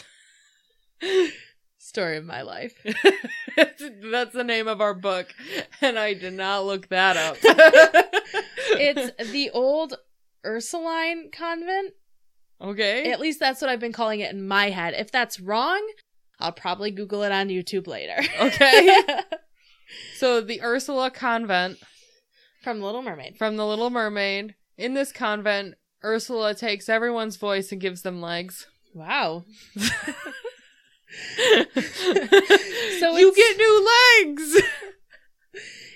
[SPEAKER 2] Story of my life.
[SPEAKER 1] that's the name of our book, and I did not look that up.
[SPEAKER 2] It's the old Ursuline convent.
[SPEAKER 1] okay.
[SPEAKER 2] At least that's what I've been calling it in my head. If that's wrong, I'll probably Google it on YouTube later.
[SPEAKER 1] okay. So the Ursula convent
[SPEAKER 2] From Little Mermaid.
[SPEAKER 1] from The Little Mermaid. In this convent, Ursula takes everyone's voice and gives them legs.
[SPEAKER 2] Wow.
[SPEAKER 1] so you
[SPEAKER 2] it's-
[SPEAKER 1] get new legs.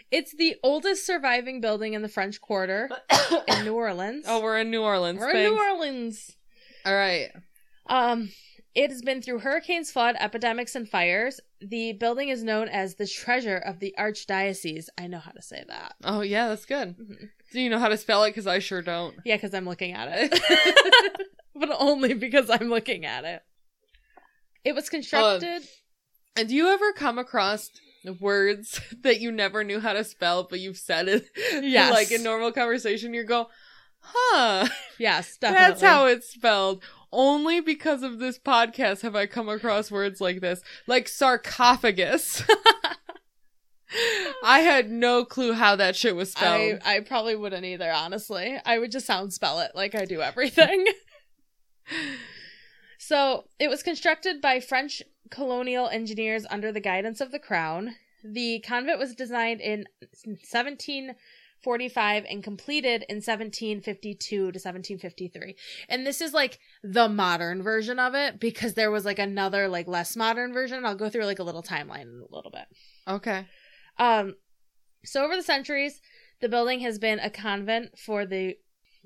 [SPEAKER 2] It's the oldest surviving building in the French Quarter in New Orleans.
[SPEAKER 1] oh, we're in New Orleans.
[SPEAKER 2] we're in New
[SPEAKER 1] thanks.
[SPEAKER 2] Orleans.
[SPEAKER 1] All right.
[SPEAKER 2] Um, it has been through hurricanes, flood, epidemics, and fires. The building is known as the treasure of the archdiocese. I know how to say that.
[SPEAKER 1] Oh yeah, that's good.
[SPEAKER 2] Mhm.
[SPEAKER 1] Do you know how to spell it? Because I sure don't.
[SPEAKER 2] Yeah, because I'm looking at it, but only because I'm looking at it. It was constructed.
[SPEAKER 1] And do you ever come across words that you never knew how to spell, but you've said it?
[SPEAKER 2] Yes.
[SPEAKER 1] like in normal conversation, you go, "Huh,
[SPEAKER 2] yes, definitely.
[SPEAKER 1] that's how it's spelled," Only because of this podcast have I come across words like this, like sarcophagus. I had no clue how that shit was
[SPEAKER 2] I,
[SPEAKER 1] spelled.
[SPEAKER 2] I probably wouldn't either, honestly. I would just sound spell it like I do everything. so it was constructed by French colonial engineers under the guidance of the crown. The convent was designed in 1745 and completed in 1752 to 1753. And this is like the modern version of it because there was like another like less modern version. I'll go through like a little timeline in a little bit.
[SPEAKER 1] okay.
[SPEAKER 2] Um, so over the centuries, the building has been a convent for the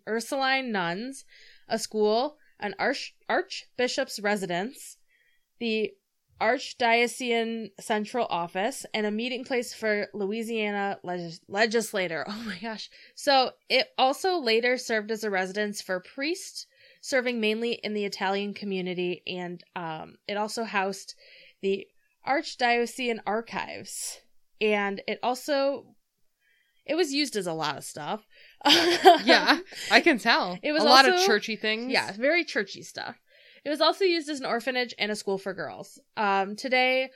[SPEAKER 2] Ursuline nuns, a school, an arch- archbishop's residence, the archdiocesan central office, and a meeting place for Louisiana legis- legislator. Oh my gosh! So it also later served as a residence for priests, serving mainly in the Italian community, and um, it also housed the archdiocesan archives and it also it was used as a lot of stuff
[SPEAKER 1] Yeah, I can tell.
[SPEAKER 2] It was
[SPEAKER 1] a lot of
[SPEAKER 2] also-
[SPEAKER 1] churchy things.
[SPEAKER 2] yeah very churchy stuff it was also used as an orphanage and a school for girls um today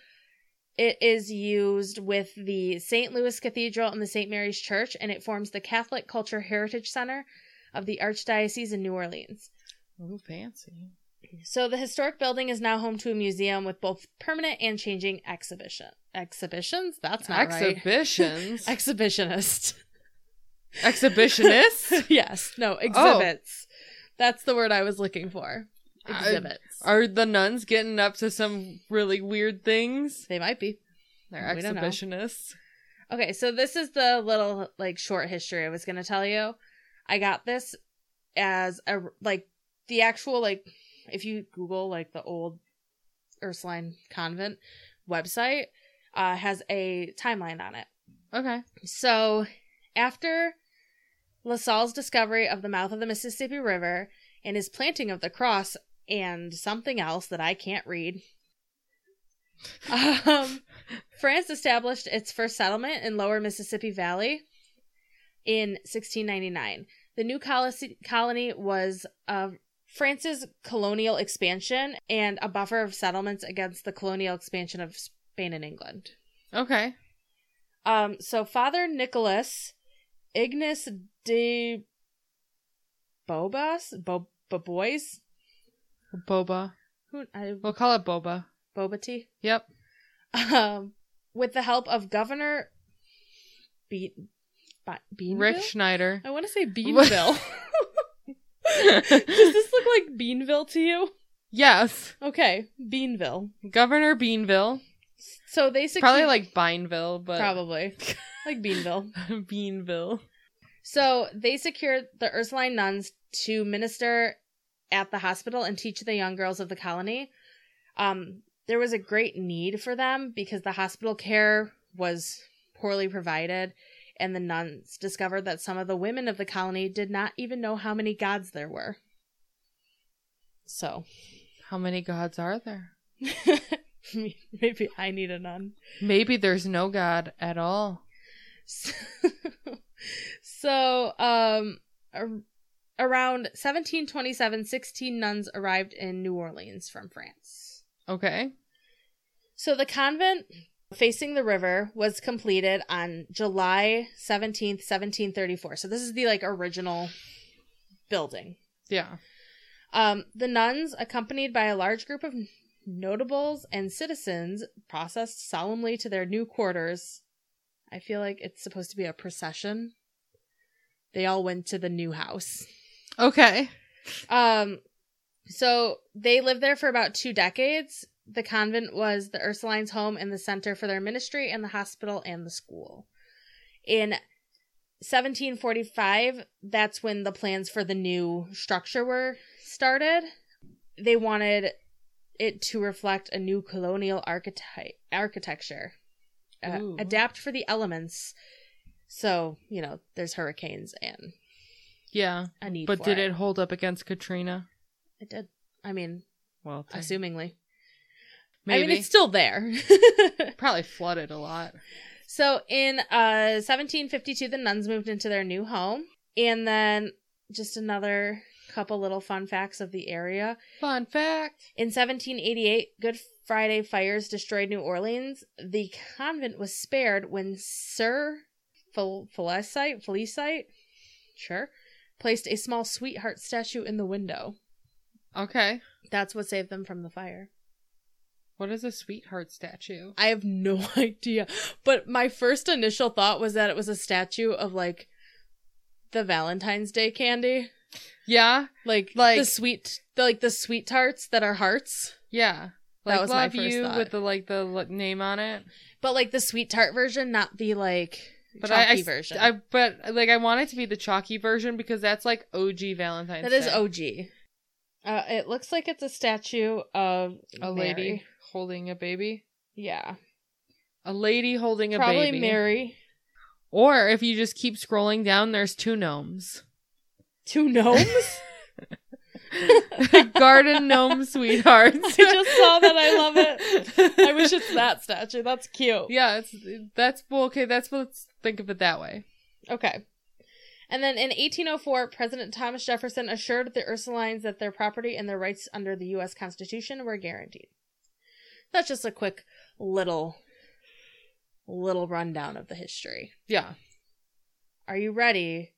[SPEAKER 2] it is used with the st louis cathedral and the st mary's church and it forms the catholic culture heritage center of the archdiocese in new orleans
[SPEAKER 1] Ooh, fancy.
[SPEAKER 2] so the historic building is now home to a museum with both permanent and changing exhibition exhibitions that's not right
[SPEAKER 1] Exhibitions.
[SPEAKER 2] exhibitionist
[SPEAKER 1] Exhibitionists.
[SPEAKER 2] yes. No,
[SPEAKER 1] Oh.
[SPEAKER 2] exhibits. That's the word I was looking for.
[SPEAKER 1] I-
[SPEAKER 2] Exhibits.
[SPEAKER 1] Are the nuns getting up to some really weird things?
[SPEAKER 2] they might be.
[SPEAKER 1] They're
[SPEAKER 2] We don't know.
[SPEAKER 1] exhibitionists.
[SPEAKER 2] Okay, so this is the little like short history I was going to tell you. I got this as a like the actual like if you google like the old Ursuline convent website uh has a timeline on it.
[SPEAKER 1] Okay.
[SPEAKER 2] So, after LaSalle's discovery of the mouth of the Mississippi River and his planting of the cross and something else that I can't read, um, France established its first settlement in lower Mississippi Valley in 1699. The new colosi- colony was of France's colonial expansion and a buffer of settlements against the colonial expansion of Spain and England.
[SPEAKER 1] Okay.
[SPEAKER 2] Um, so Father Nicholas Ignace de Bobas, Bo- Bobois,
[SPEAKER 1] Boba.
[SPEAKER 2] who I
[SPEAKER 1] We'll call it Boba.
[SPEAKER 2] Bobati,
[SPEAKER 1] Yep.
[SPEAKER 2] um, with the help of Governor Be- Be- Beanville.
[SPEAKER 1] Rick Schneider.
[SPEAKER 2] I want to say Beanville. Does this look like Beanville to you?
[SPEAKER 1] yes.
[SPEAKER 2] Okay, Beanville.
[SPEAKER 1] Governor Beanville.
[SPEAKER 2] So they secured
[SPEAKER 1] Probably like Bineville, but
[SPEAKER 2] probably like Beanville.
[SPEAKER 1] Beanville.
[SPEAKER 2] So they secured the Ursuline nuns to minister at the hospital and teach the young girls of the colony. Um, there was a great need for them because the hospital care was poorly provided, and the nuns discovered that some of the women of the colony did not even know how many gods there were. So
[SPEAKER 1] How many gods are there?
[SPEAKER 2] maybe I need a nun.
[SPEAKER 1] Maybe there's no god at all.
[SPEAKER 2] So, so, um, ar- around 1727, 16 nuns arrived in New Orleans from France.
[SPEAKER 1] Okay.
[SPEAKER 2] So the convent facing the river was completed on July 17th, 1734. So this is the like original building.
[SPEAKER 1] Yeah.
[SPEAKER 2] Um, the nuns, accompanied by a large group of notables and citizens, processed solemnly to their new quarters. I feel like it's supposed to be a procession. They all went to the new house.
[SPEAKER 1] Okay.
[SPEAKER 2] Um, so they lived there for about two decades. The convent was the Ursulines' home and the center for their ministry, and the hospital and the school. In 1745, that's when the plans for the new structure were started. They wanted it to reflect a new colonial archety- architecture, uh,
[SPEAKER 1] Ooh.
[SPEAKER 2] adapt for the elements. So, you know, there's hurricanes and
[SPEAKER 1] Yeah.
[SPEAKER 2] a need
[SPEAKER 1] But
[SPEAKER 2] for
[SPEAKER 1] did it hold up against Katrina?
[SPEAKER 2] It did. I mean,
[SPEAKER 1] Well, thank-
[SPEAKER 2] assumingly.
[SPEAKER 1] maybe.
[SPEAKER 2] I mean, it's still there.
[SPEAKER 1] probably flooded a lot.
[SPEAKER 2] so in uh, 1752, the nuns moved into their new home. And then just another couple little fun facts of the area.
[SPEAKER 1] Fun fact.
[SPEAKER 2] In 1788, Good Friday fires destroyed New Orleans. The convent was spared when Sir Fel- Felicite, Felicite, sure, placed a small sweetheart statue in the window.
[SPEAKER 1] Okay.
[SPEAKER 2] That's what saved them from the fire.
[SPEAKER 1] What is a sweetheart statue?
[SPEAKER 2] I have no idea. But my first initial thought was that it was a statue of like the Valentine's Day candy.
[SPEAKER 1] Yeah.
[SPEAKER 2] Like,
[SPEAKER 1] Like-
[SPEAKER 2] the sweet the, like the sweet tarts that are hearts.
[SPEAKER 1] Yeah.
[SPEAKER 2] That
[SPEAKER 1] Like
[SPEAKER 2] was my
[SPEAKER 1] love
[SPEAKER 2] first
[SPEAKER 1] you
[SPEAKER 2] thought.
[SPEAKER 1] with the like the l- name on it.
[SPEAKER 2] But like the sweet tart version, not the like
[SPEAKER 1] But I, I
[SPEAKER 2] chalky
[SPEAKER 1] s-
[SPEAKER 2] version.
[SPEAKER 1] I but like I want it to be the chalky version because that's like OG Valentine's.
[SPEAKER 2] that is
[SPEAKER 1] Day.
[SPEAKER 2] OG. Uh, it looks like it's a statue of
[SPEAKER 1] a lady
[SPEAKER 2] Mary.
[SPEAKER 1] holding a baby.
[SPEAKER 2] Yeah,
[SPEAKER 1] A lady holding a
[SPEAKER 2] probably
[SPEAKER 1] baby.
[SPEAKER 2] Mary.
[SPEAKER 1] Or if you just keep scrolling down, there's two gnomes.
[SPEAKER 2] Two gnomes.
[SPEAKER 1] Garden gnome sweethearts.
[SPEAKER 2] I just saw that. I love it. I wish it's that statue. That's cute.
[SPEAKER 1] Yeah, it's, that's well, okay. That's let's think of it that way.
[SPEAKER 2] Okay. And then in 1804, President Thomas Jefferson assured the Ursulines that their property and their rights under the U.S. Constitution were guaranteed. That's just a quick little, little rundown of the history.
[SPEAKER 1] Yeah.
[SPEAKER 2] Are you ready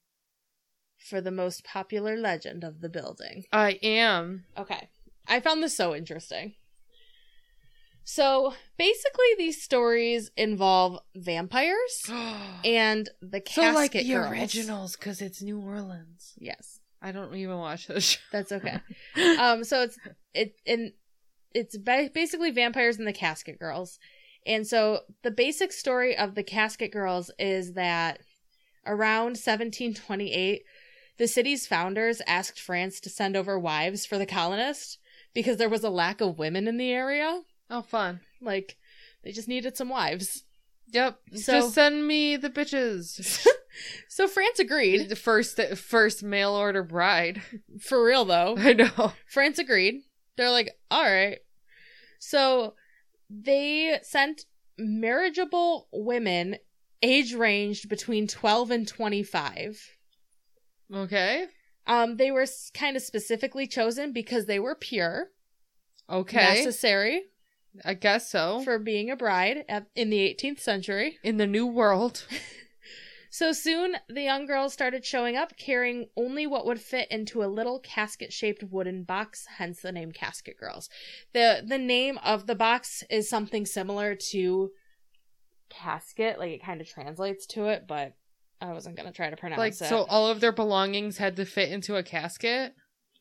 [SPEAKER 2] for the most popular legend of the building?
[SPEAKER 1] I am.
[SPEAKER 2] Okay. I found this so interesting. So basically, these stories involve vampires and the
[SPEAKER 1] so
[SPEAKER 2] casket
[SPEAKER 1] like the
[SPEAKER 2] girls.
[SPEAKER 1] originals because it's New Orleans.
[SPEAKER 2] Yes,
[SPEAKER 1] I don't even watch this show.
[SPEAKER 2] that's okay. um, so it's it and it's ba- basically vampires and the casket girls. And so the basic story of the casket girls is that around 1728, the city's founders asked France to send over wives for the colonists because there was a lack of women in the area.
[SPEAKER 1] Oh, fun.
[SPEAKER 2] Like they just needed some wives.
[SPEAKER 1] Yep.
[SPEAKER 2] So-
[SPEAKER 1] just send me the bitches.
[SPEAKER 2] So France agreed.
[SPEAKER 1] the first first mail order bride.
[SPEAKER 2] For real though.
[SPEAKER 1] I know.
[SPEAKER 2] France agreed. They're like, all right. So they sent marriageable women age ranged between 12 and 25.
[SPEAKER 1] Okay.
[SPEAKER 2] Um, they were kind of specifically chosen because they were pure,
[SPEAKER 1] Okay.
[SPEAKER 2] necessary
[SPEAKER 1] I guess so.
[SPEAKER 2] for being a bride at, in the 18th century.
[SPEAKER 1] In the new world.
[SPEAKER 2] So soon, the young girls started showing up carrying only what would fit into a little casket shaped wooden box, hence the name Casket Girls. The the name of the box is something similar to casket, like it kind of translates to it, but I wasn't going to try to pronounce
[SPEAKER 1] like
[SPEAKER 2] it.
[SPEAKER 1] so all of their belongings had to fit into a casket.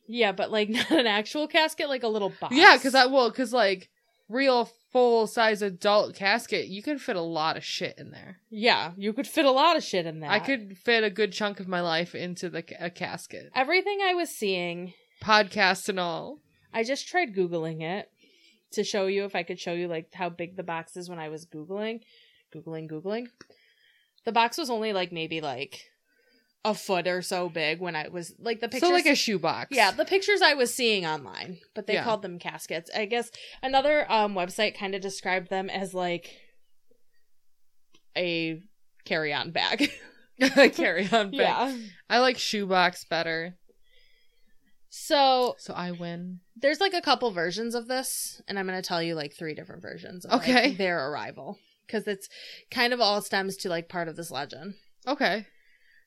[SPEAKER 2] yeah, but like not an actual casket, like a little box.
[SPEAKER 1] Yeah, because I well, because like real full size adult casket, you can fit a lot of shit in there.
[SPEAKER 2] Yeah, you could fit a lot of shit in that.
[SPEAKER 1] I could fit a good chunk of my life into the ca- a casket,
[SPEAKER 2] Everything I was seeing
[SPEAKER 1] podcast and all.
[SPEAKER 2] I just tried googling it to show you if I could show you like how big the box is when I was googling, googling, googling. The box was only like maybe like a foot or so big when I was like the pictures.
[SPEAKER 1] So like a shoebox.
[SPEAKER 2] yeah, the pictures I was seeing online, but they
[SPEAKER 1] Yeah.
[SPEAKER 2] called them caskets. I guess another um, website kind of described them as like a carry-on bag.
[SPEAKER 1] carry on. Back. I like shoebox better,
[SPEAKER 2] So
[SPEAKER 1] so I win.
[SPEAKER 2] there's like a couple versions of this and i'm going to tell you like three different versions of
[SPEAKER 1] Okay.
[SPEAKER 2] like, their arrival because it's kind of all stems to like part of this legend
[SPEAKER 1] Okay.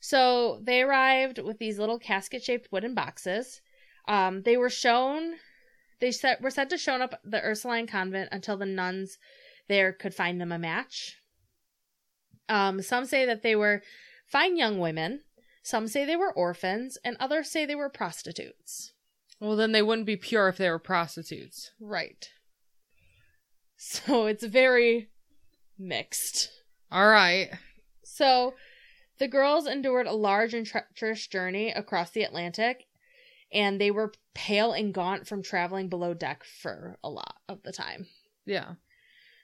[SPEAKER 2] so they arrived with these little casket shaped wooden boxes um, they were shown they set, were said to shown up the ursuline convent until the nuns there could find them a match um, some say that they were fine young women some say they were orphans and others say they were prostitutes
[SPEAKER 1] Well, then they wouldn't be pure if they were prostitutes.
[SPEAKER 2] Right. So it's very mixed.
[SPEAKER 1] All right.
[SPEAKER 2] So the girls endured a large and treacherous journey across the Atlantic, and they were pale and gaunt from traveling below deck for a lot of the time.
[SPEAKER 1] Yeah.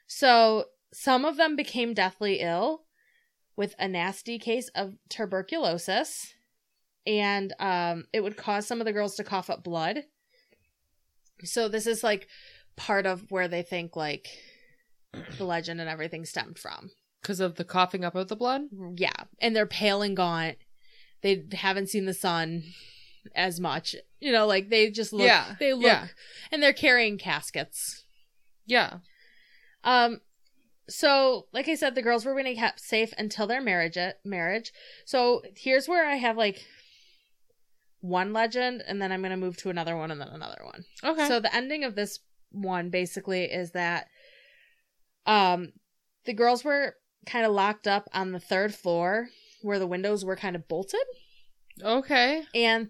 [SPEAKER 2] So some of them became deathly ill with a nasty case of tuberculosis, and um, it would cause some of the girls to cough up blood. So this is like part of where they think like the legend and everything stemmed from.
[SPEAKER 1] Because of the coughing up of the blood.
[SPEAKER 2] Yeah, and they're pale and gaunt. They haven't seen the sun, as much. You know, like they just look
[SPEAKER 1] Yeah,
[SPEAKER 2] they look
[SPEAKER 1] yeah.
[SPEAKER 2] and they're carrying caskets.
[SPEAKER 1] Yeah.
[SPEAKER 2] Um so like I said the girls were being kept safe until their marriage marriage. So here's where I have like one legend and then I'm going to move to another one and then another one.
[SPEAKER 1] Okay.
[SPEAKER 2] So the ending of this one basically is that um the girls were kind of locked up on the third floor where the windows were kind of bolted
[SPEAKER 1] okay.
[SPEAKER 2] and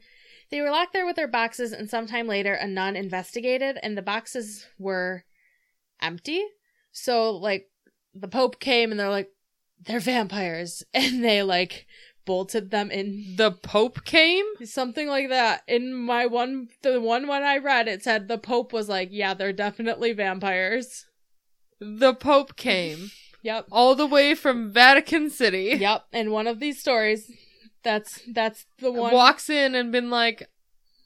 [SPEAKER 2] they were locked there with their boxes and sometime later a nun investigated and the boxes were empty. So like the pope came and they're like they're vampires and they like bolted them in
[SPEAKER 1] The Pope came?
[SPEAKER 2] something like that in my one the one one i read it said the pope was like yeah they're definitely vampires
[SPEAKER 1] The Pope came.
[SPEAKER 2] yep
[SPEAKER 1] All the way from Vatican City.
[SPEAKER 2] yep and one of these stories that's that's the one
[SPEAKER 1] Walks in and been like,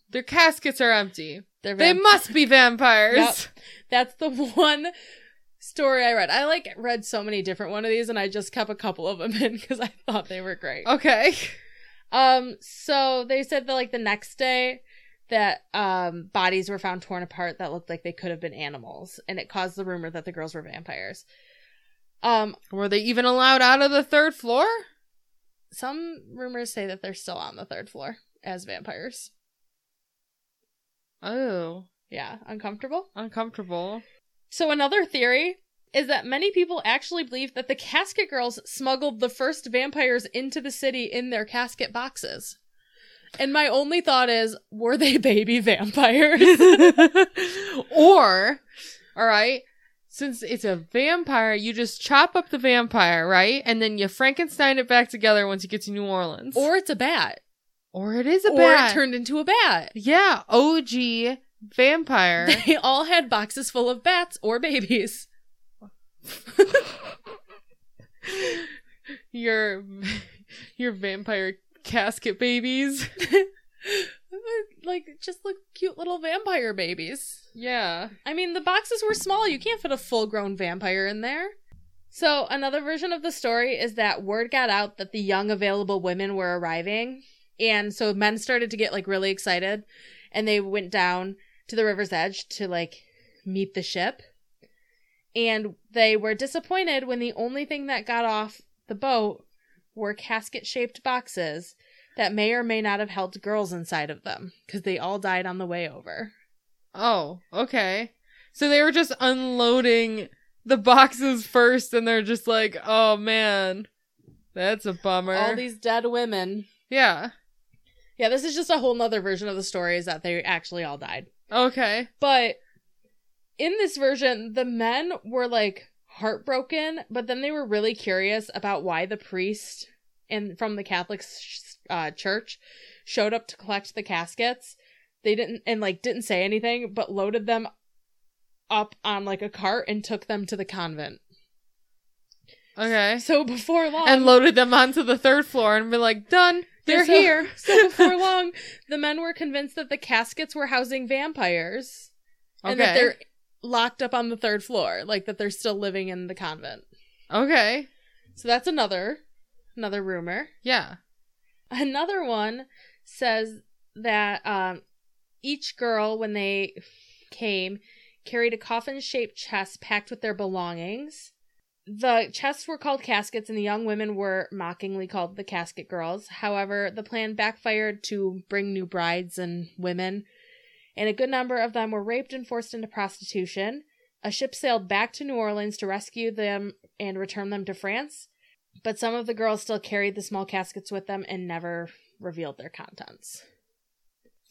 [SPEAKER 1] their caskets are empty.
[SPEAKER 2] they're
[SPEAKER 1] They
[SPEAKER 2] vamp-
[SPEAKER 1] must be vampires.
[SPEAKER 2] that's the one story i read i like read so many different one of these and i just kept a couple of them in because i thought they were great
[SPEAKER 1] Okay.
[SPEAKER 2] Um, so they said that like the next day that um bodies were found torn apart that looked like they could have been animals, and it caused the rumor that the girls were vampires. Um,
[SPEAKER 1] Were they even allowed out of the third floor?
[SPEAKER 2] some rumors say that they're still on the third floor as vampires.
[SPEAKER 1] Oh,
[SPEAKER 2] Yeah, uncomfortable.
[SPEAKER 1] uncomfortable.
[SPEAKER 2] So another theory is that many people actually believe that the casket girls smuggled the first vampires into the city in their casket boxes. And my only thought is, were they baby vampires?
[SPEAKER 1] or, all right, since it's a vampire, you just chop up the vampire, right? And then you Frankenstein it back together once you get to New Orleans.
[SPEAKER 2] or it's a bat.
[SPEAKER 1] or it is a
[SPEAKER 2] Or it
[SPEAKER 1] bat.
[SPEAKER 2] turned into a bat.
[SPEAKER 1] yeah, OG vampire.
[SPEAKER 2] They all had boxes full of bats or babies.
[SPEAKER 1] your your vampire casket babies.
[SPEAKER 2] like, just look cute little vampire babies.
[SPEAKER 1] Yeah.
[SPEAKER 2] I mean, the boxes were small. You can't fit a full grown vampire in there. So, another version of the story is that word got out that the young available women were arriving. And so men started to get like really excited and they went down to the river's edge to like meet the ship. And they were disappointed when the only thing that got off the boat were casket shaped boxes that may or may not have held girls inside of them because they all died on the way over.
[SPEAKER 1] Oh, okay. So they were just unloading the boxes first, and they're just like, oh man, that's a bummer.
[SPEAKER 2] All these dead women.
[SPEAKER 1] yeah.
[SPEAKER 2] Yeah, this is just a whole nother version of the story is that they actually all died.
[SPEAKER 1] Okay.
[SPEAKER 2] But in this version, the men were like heartbroken, but then they were really curious about why the priest and from the Catholic sh- uh, church showed up to collect the caskets. They didn't and like didn't say anything, but loaded them up on like a cart and took them to the convent.
[SPEAKER 1] Okay.
[SPEAKER 2] So um, before long,
[SPEAKER 1] and loaded them onto the third floor and be like, done. They're
[SPEAKER 2] so-
[SPEAKER 1] here.
[SPEAKER 2] so before long, the men were convinced that the caskets were housing vampires.
[SPEAKER 1] Okay.
[SPEAKER 2] and that they're locked up on the third floor, like that they're still living in the convent.
[SPEAKER 1] okay.
[SPEAKER 2] So that's another another rumor.
[SPEAKER 1] Yeah.
[SPEAKER 2] Another one says that um, each girl when they came carried a coffin-shaped chest packed with their belongings. The chests were called caskets, and the young women were mockingly called the casket girls. However, the plan backfired to bring new brides and women, and a good number of them were raped and forced into prostitution. A ship sailed back to New Orleans to rescue them and return them to France, but some of the girls still carried the small caskets with them and never revealed their contents.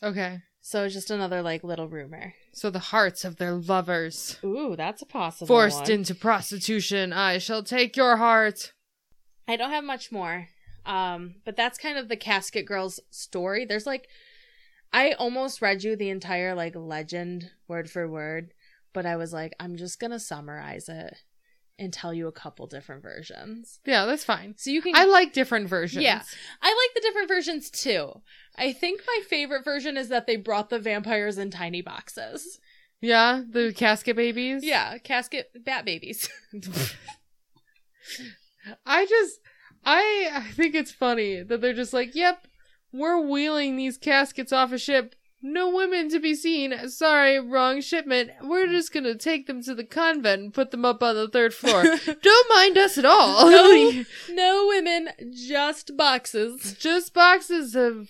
[SPEAKER 1] Okay.
[SPEAKER 2] So it's just another like little rumor.
[SPEAKER 1] So the hearts of their lovers.
[SPEAKER 2] Ooh, that's a possible
[SPEAKER 1] Forced
[SPEAKER 2] one.
[SPEAKER 1] into prostitution, I shall take your heart.
[SPEAKER 2] I don't have much more. Um, but that's kind of the casket girl's story. There's like I almost read you the entire like legend word for word, but I was like, I'm just gonna summarize it and tell you a couple different versions.
[SPEAKER 1] Yeah, that's fine.
[SPEAKER 2] So you can
[SPEAKER 1] I like different versions.
[SPEAKER 2] Yeah. I like the different versions too. I think my favorite version is that they brought the vampires in tiny boxes.
[SPEAKER 1] Yeah, the casket babies.
[SPEAKER 2] Yeah, casket bat babies.
[SPEAKER 1] I just, I, I think it's funny that they're just like, yep, We're wheeling these caskets off a ship. No women to be seen. Sorry, wrong shipment. We're just gonna take them to the convent and put them up on the third floor. Don't mind us at all.
[SPEAKER 2] No. no women, just boxes.
[SPEAKER 1] just boxes of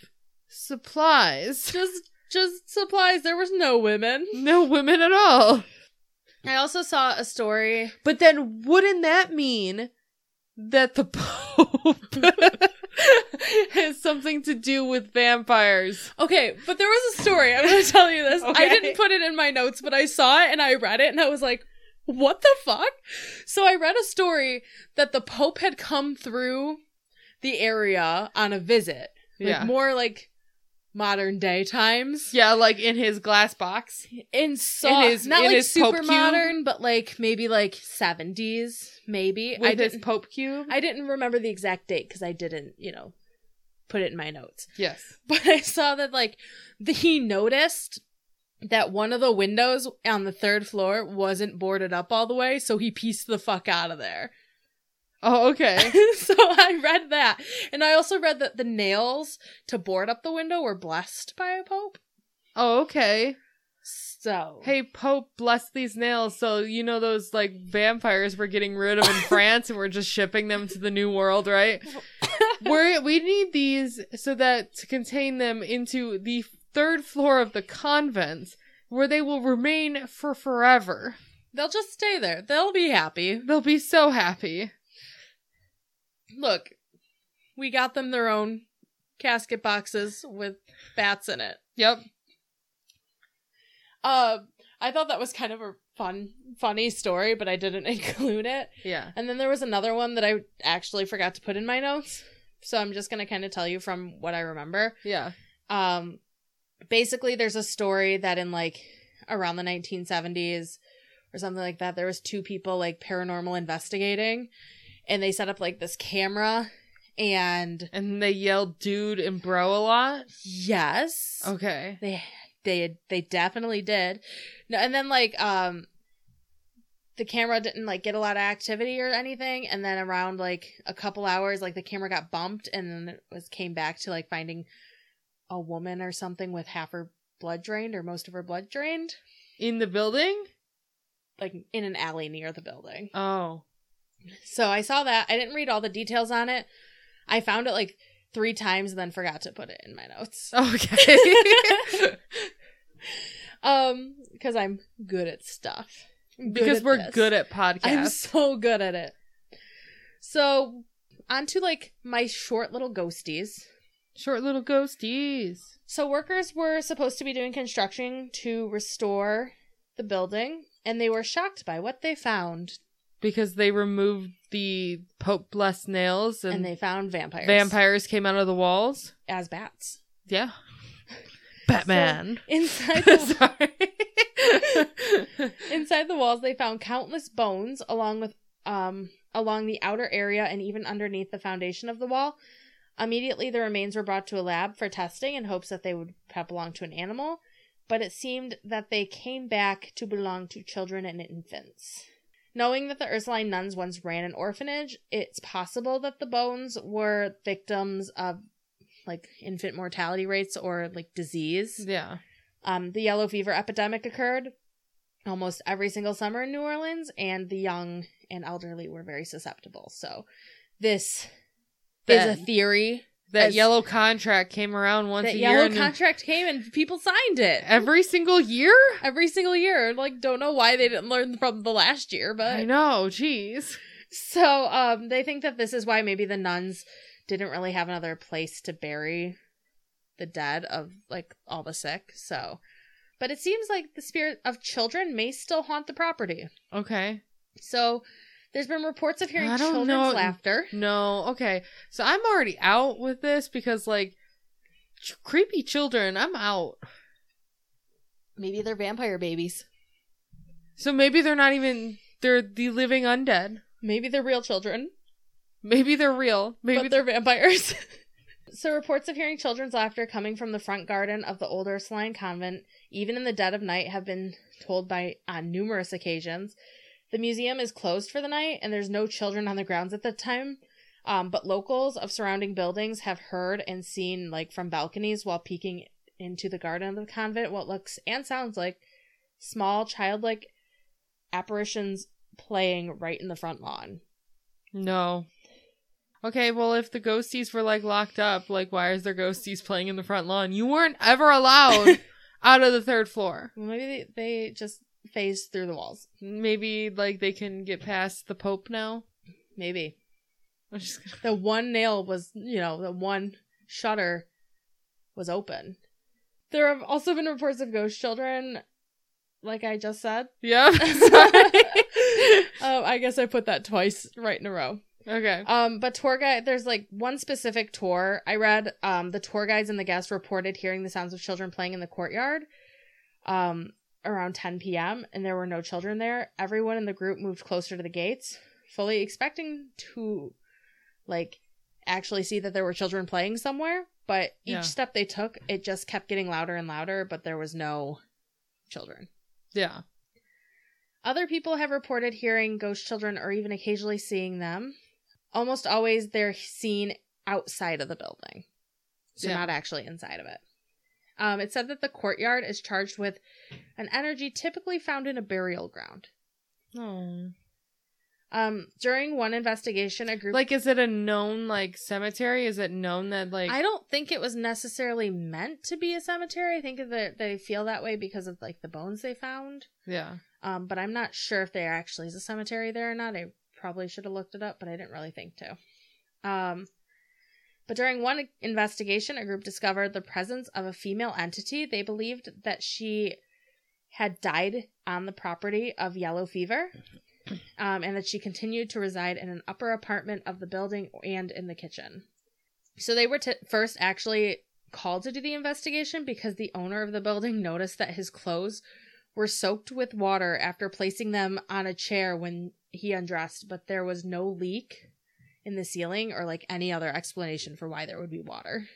[SPEAKER 1] supplies.
[SPEAKER 2] Just just supplies. There was no women.
[SPEAKER 1] No women at all.
[SPEAKER 2] I also saw a story.
[SPEAKER 1] But then wouldn't that mean that the Pope has something to do with vampires?
[SPEAKER 2] Okay, but there was a story. I'm going to tell you this. I
[SPEAKER 1] Okay.
[SPEAKER 2] didn't put it in my notes, but I saw it and I read it and I was like, what the fuck? So I read a story that the Pope had come through the area on a visit. Like
[SPEAKER 1] yeah.
[SPEAKER 2] more like modern day times.
[SPEAKER 1] yeah, like in his glass box.
[SPEAKER 2] In saw
[SPEAKER 1] In his-
[SPEAKER 2] not
[SPEAKER 1] in
[SPEAKER 2] like
[SPEAKER 1] his Pope
[SPEAKER 2] super
[SPEAKER 1] cube?
[SPEAKER 2] modern, but like maybe like 70s, maybe. I
[SPEAKER 1] With his
[SPEAKER 2] didn't
[SPEAKER 1] Pope cube.
[SPEAKER 2] I didn't remember the exact date cuz I didn't, you know, put it in my notes.
[SPEAKER 1] yes.
[SPEAKER 2] but I saw that like the, he noticed that one of the windows on the third floor wasn't boarded up all the way, so he pieced the fuck out of there.
[SPEAKER 1] Oh, okay.
[SPEAKER 2] so I read that, and I also read that the nails to board up the window were blessed by a pope.
[SPEAKER 1] Oh, okay.
[SPEAKER 2] So
[SPEAKER 1] Hey, Pope, bless these nails. So, you know, those like vampires we're getting rid of in France and we're just shipping them to the New World, right? we're, we need these so that to contain them into the third floor of the convent where they will remain for forever.
[SPEAKER 2] they'll just stay there; they'll be happy.
[SPEAKER 1] They'll be so happy.
[SPEAKER 2] Look, we got them their own casket boxes with bats in it.
[SPEAKER 1] Yep.
[SPEAKER 2] Uh, I thought that was kind of a fun, funny story, but I didn't include it.
[SPEAKER 1] Yeah.
[SPEAKER 2] And then there was another one that I actually forgot to put in my notes. So I'm just going to kind of tell you from what I remember.
[SPEAKER 1] Yeah.
[SPEAKER 2] Um, basically, there's a story that in like around the 1970s or something like that, there was two people like paranormal investigating and they set up like this camera and
[SPEAKER 1] And they yelled dude and bro a lot.
[SPEAKER 2] yes.
[SPEAKER 1] Oh, Okay.
[SPEAKER 2] They they they definitely did. No, and then like um the camera didn't like get a lot of activity or anything and then around like a couple hours like the camera got bumped and then it was came back to like finding a woman or something with half her blood drained or most of her blood drained
[SPEAKER 1] In the building?
[SPEAKER 2] like in an alley near the building.
[SPEAKER 1] Oh.
[SPEAKER 2] So I saw that. I didn't read all the details on it. I found it like 3 times and then forgot to put it in my notes.
[SPEAKER 1] Okay.
[SPEAKER 2] Um cuz I'm good at stuff. I'm good
[SPEAKER 1] because
[SPEAKER 2] at
[SPEAKER 1] we're
[SPEAKER 2] this.
[SPEAKER 1] good at podcasts.
[SPEAKER 2] I'm so good at it. So, on to like my short little ghosties.
[SPEAKER 1] Short little ghosties.
[SPEAKER 2] So, workers were supposed to be doing construction to restore the building, and they were shocked by what they found.
[SPEAKER 1] Because they removed the Pope blessed nails and,
[SPEAKER 2] And they found vampires.
[SPEAKER 1] vampires came out of the walls.
[SPEAKER 2] As bats.
[SPEAKER 1] Yeah. Batman.
[SPEAKER 2] Inside the,
[SPEAKER 1] Sorry.
[SPEAKER 2] inside the walls, they found countless bones along with um along the outer area and even underneath the foundation of the wall. Immediately, the remains were brought to a lab for testing in hopes that they would have belonged to an animal, but it seemed that they came back to belong to children and infants. Knowing that the Ursuline nuns once ran an orphanage, it's possible that the bones were victims of like infant mortality rates or like disease.
[SPEAKER 1] yeah.
[SPEAKER 2] Um, the yellow fever epidemic occurred almost every single summer in New Orleans, and the young and elderly were very susceptible. So, this
[SPEAKER 1] Then
[SPEAKER 2] is a theory.
[SPEAKER 1] that
[SPEAKER 2] as-
[SPEAKER 1] yellow contract came around once
[SPEAKER 2] that
[SPEAKER 1] a year.
[SPEAKER 2] yellow
[SPEAKER 1] and
[SPEAKER 2] contract came and people signed it
[SPEAKER 1] every single year?
[SPEAKER 2] every single year. Like, don't know why they didn't learn from the last year, but
[SPEAKER 1] I know, jeez.
[SPEAKER 2] so um, they think that this is why maybe the nuns didn't really have another place to bury the dead of like all the sick. So, but it seems like the spirit of children may still haunt the property.
[SPEAKER 1] Okay.
[SPEAKER 2] So there's been reports of hearing
[SPEAKER 1] I don't
[SPEAKER 2] children's
[SPEAKER 1] know.
[SPEAKER 2] laughter.
[SPEAKER 1] No, okay. So I'm already out with this because like ch- creepy children, I'm out.
[SPEAKER 2] Maybe they're vampire babies.
[SPEAKER 1] So maybe they're not even they're the living undead.
[SPEAKER 2] Maybe they're real children,
[SPEAKER 1] Maybe they're real. Maybe
[SPEAKER 2] but they're vampires. so reports of hearing children's laughter coming from the front garden of the old Ursuline convent, even in the dead of night, have been told by on numerous occasions. The museum is closed for the night, and there's no children on the grounds at the time. Um, but locals of surrounding buildings have heard and seen, like from balconies while peeking into the garden of the convent, what looks and sounds like small childlike apparitions playing right in the front lawn.
[SPEAKER 1] No. Okay, well, if the ghosties were like locked up, like why is there ghosties playing in the front lawn? You weren't ever allowed out of the third floor.
[SPEAKER 2] Well, maybe they, they just phase through the walls.
[SPEAKER 1] Maybe like they can get past the Pope now.
[SPEAKER 2] Maybe.
[SPEAKER 1] I'm just gonna-
[SPEAKER 2] The one nail was, you know, the one shutter was open. There have also been reports of ghost children, like I just said.
[SPEAKER 1] Yeah.
[SPEAKER 2] oh, I guess I put that twice right in a row.
[SPEAKER 1] okay.
[SPEAKER 2] Um, but tour guide, there's like one specific tour I read. Um, the tour guides and the guests reported hearing the sounds of children playing in the courtyard. Um, around 10 p.m. and there were no children there. Everyone in the group moved closer to the gates, fully expecting to, like, actually see that there were children playing somewhere. But each
[SPEAKER 1] Yeah.
[SPEAKER 2] step they took, it just kept getting louder and louder. But there was no children.
[SPEAKER 1] Yeah.
[SPEAKER 2] Other people have reported hearing ghost children or even occasionally seeing them. Almost always they're seen outside of the building, so
[SPEAKER 1] Yeah.
[SPEAKER 2] not actually inside of it. Um, it said that the courtyard is charged with an energy typically found in a burial ground. Hmm.
[SPEAKER 1] Oh.
[SPEAKER 2] Um, during one investigation, a group
[SPEAKER 1] Like, is it a known like cemetery? Is it known that like
[SPEAKER 2] I don't think it was necessarily meant to be a cemetery. I think that they feel that way because of like the bones they found.
[SPEAKER 1] yeah?
[SPEAKER 2] Um, but I'm not sure if there actually is a cemetery there or not. I probably should have looked it up, but I didn't really think to. Um, but during one investigation, a group discovered the presence of a female entity. They believed that she had died on the property of yellow fever, um, and that she continued to reside in an upper apartment of the building and in the kitchen. So they were t- first actually called to do the investigation because the owner of the building noticed that his clothes were soaked with water after placing them on a chair when he undressed, but there was no leak in the ceiling or like any other explanation for why there would be water.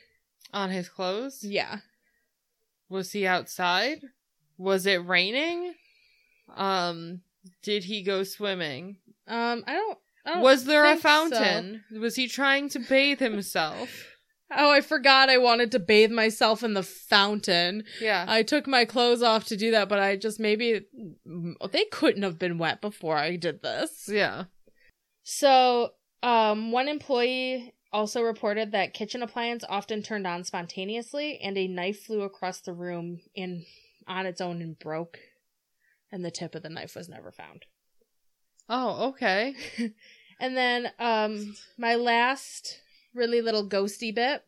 [SPEAKER 1] On his clothes?
[SPEAKER 2] Yeah.
[SPEAKER 1] Was he outside? Was it raining? Um. Did he go swimming?
[SPEAKER 2] Um I don't I don't
[SPEAKER 1] Was there a
[SPEAKER 2] think so.
[SPEAKER 1] fountain? Was he trying to bathe himself?
[SPEAKER 2] Oh, I forgot I wanted to bathe myself in the fountain.
[SPEAKER 1] yeah.
[SPEAKER 2] I took my clothes off to do that, but I just maybe mm, they couldn't have been wet before I did this.
[SPEAKER 1] yeah.
[SPEAKER 2] So, um, one employee also reported that kitchen appliance often turned on spontaneously, and a knife flew across the room and on its own and broke, and the tip of the knife was never found.
[SPEAKER 1] Oh, okay.
[SPEAKER 2] And then, um, my last really little ghosty bit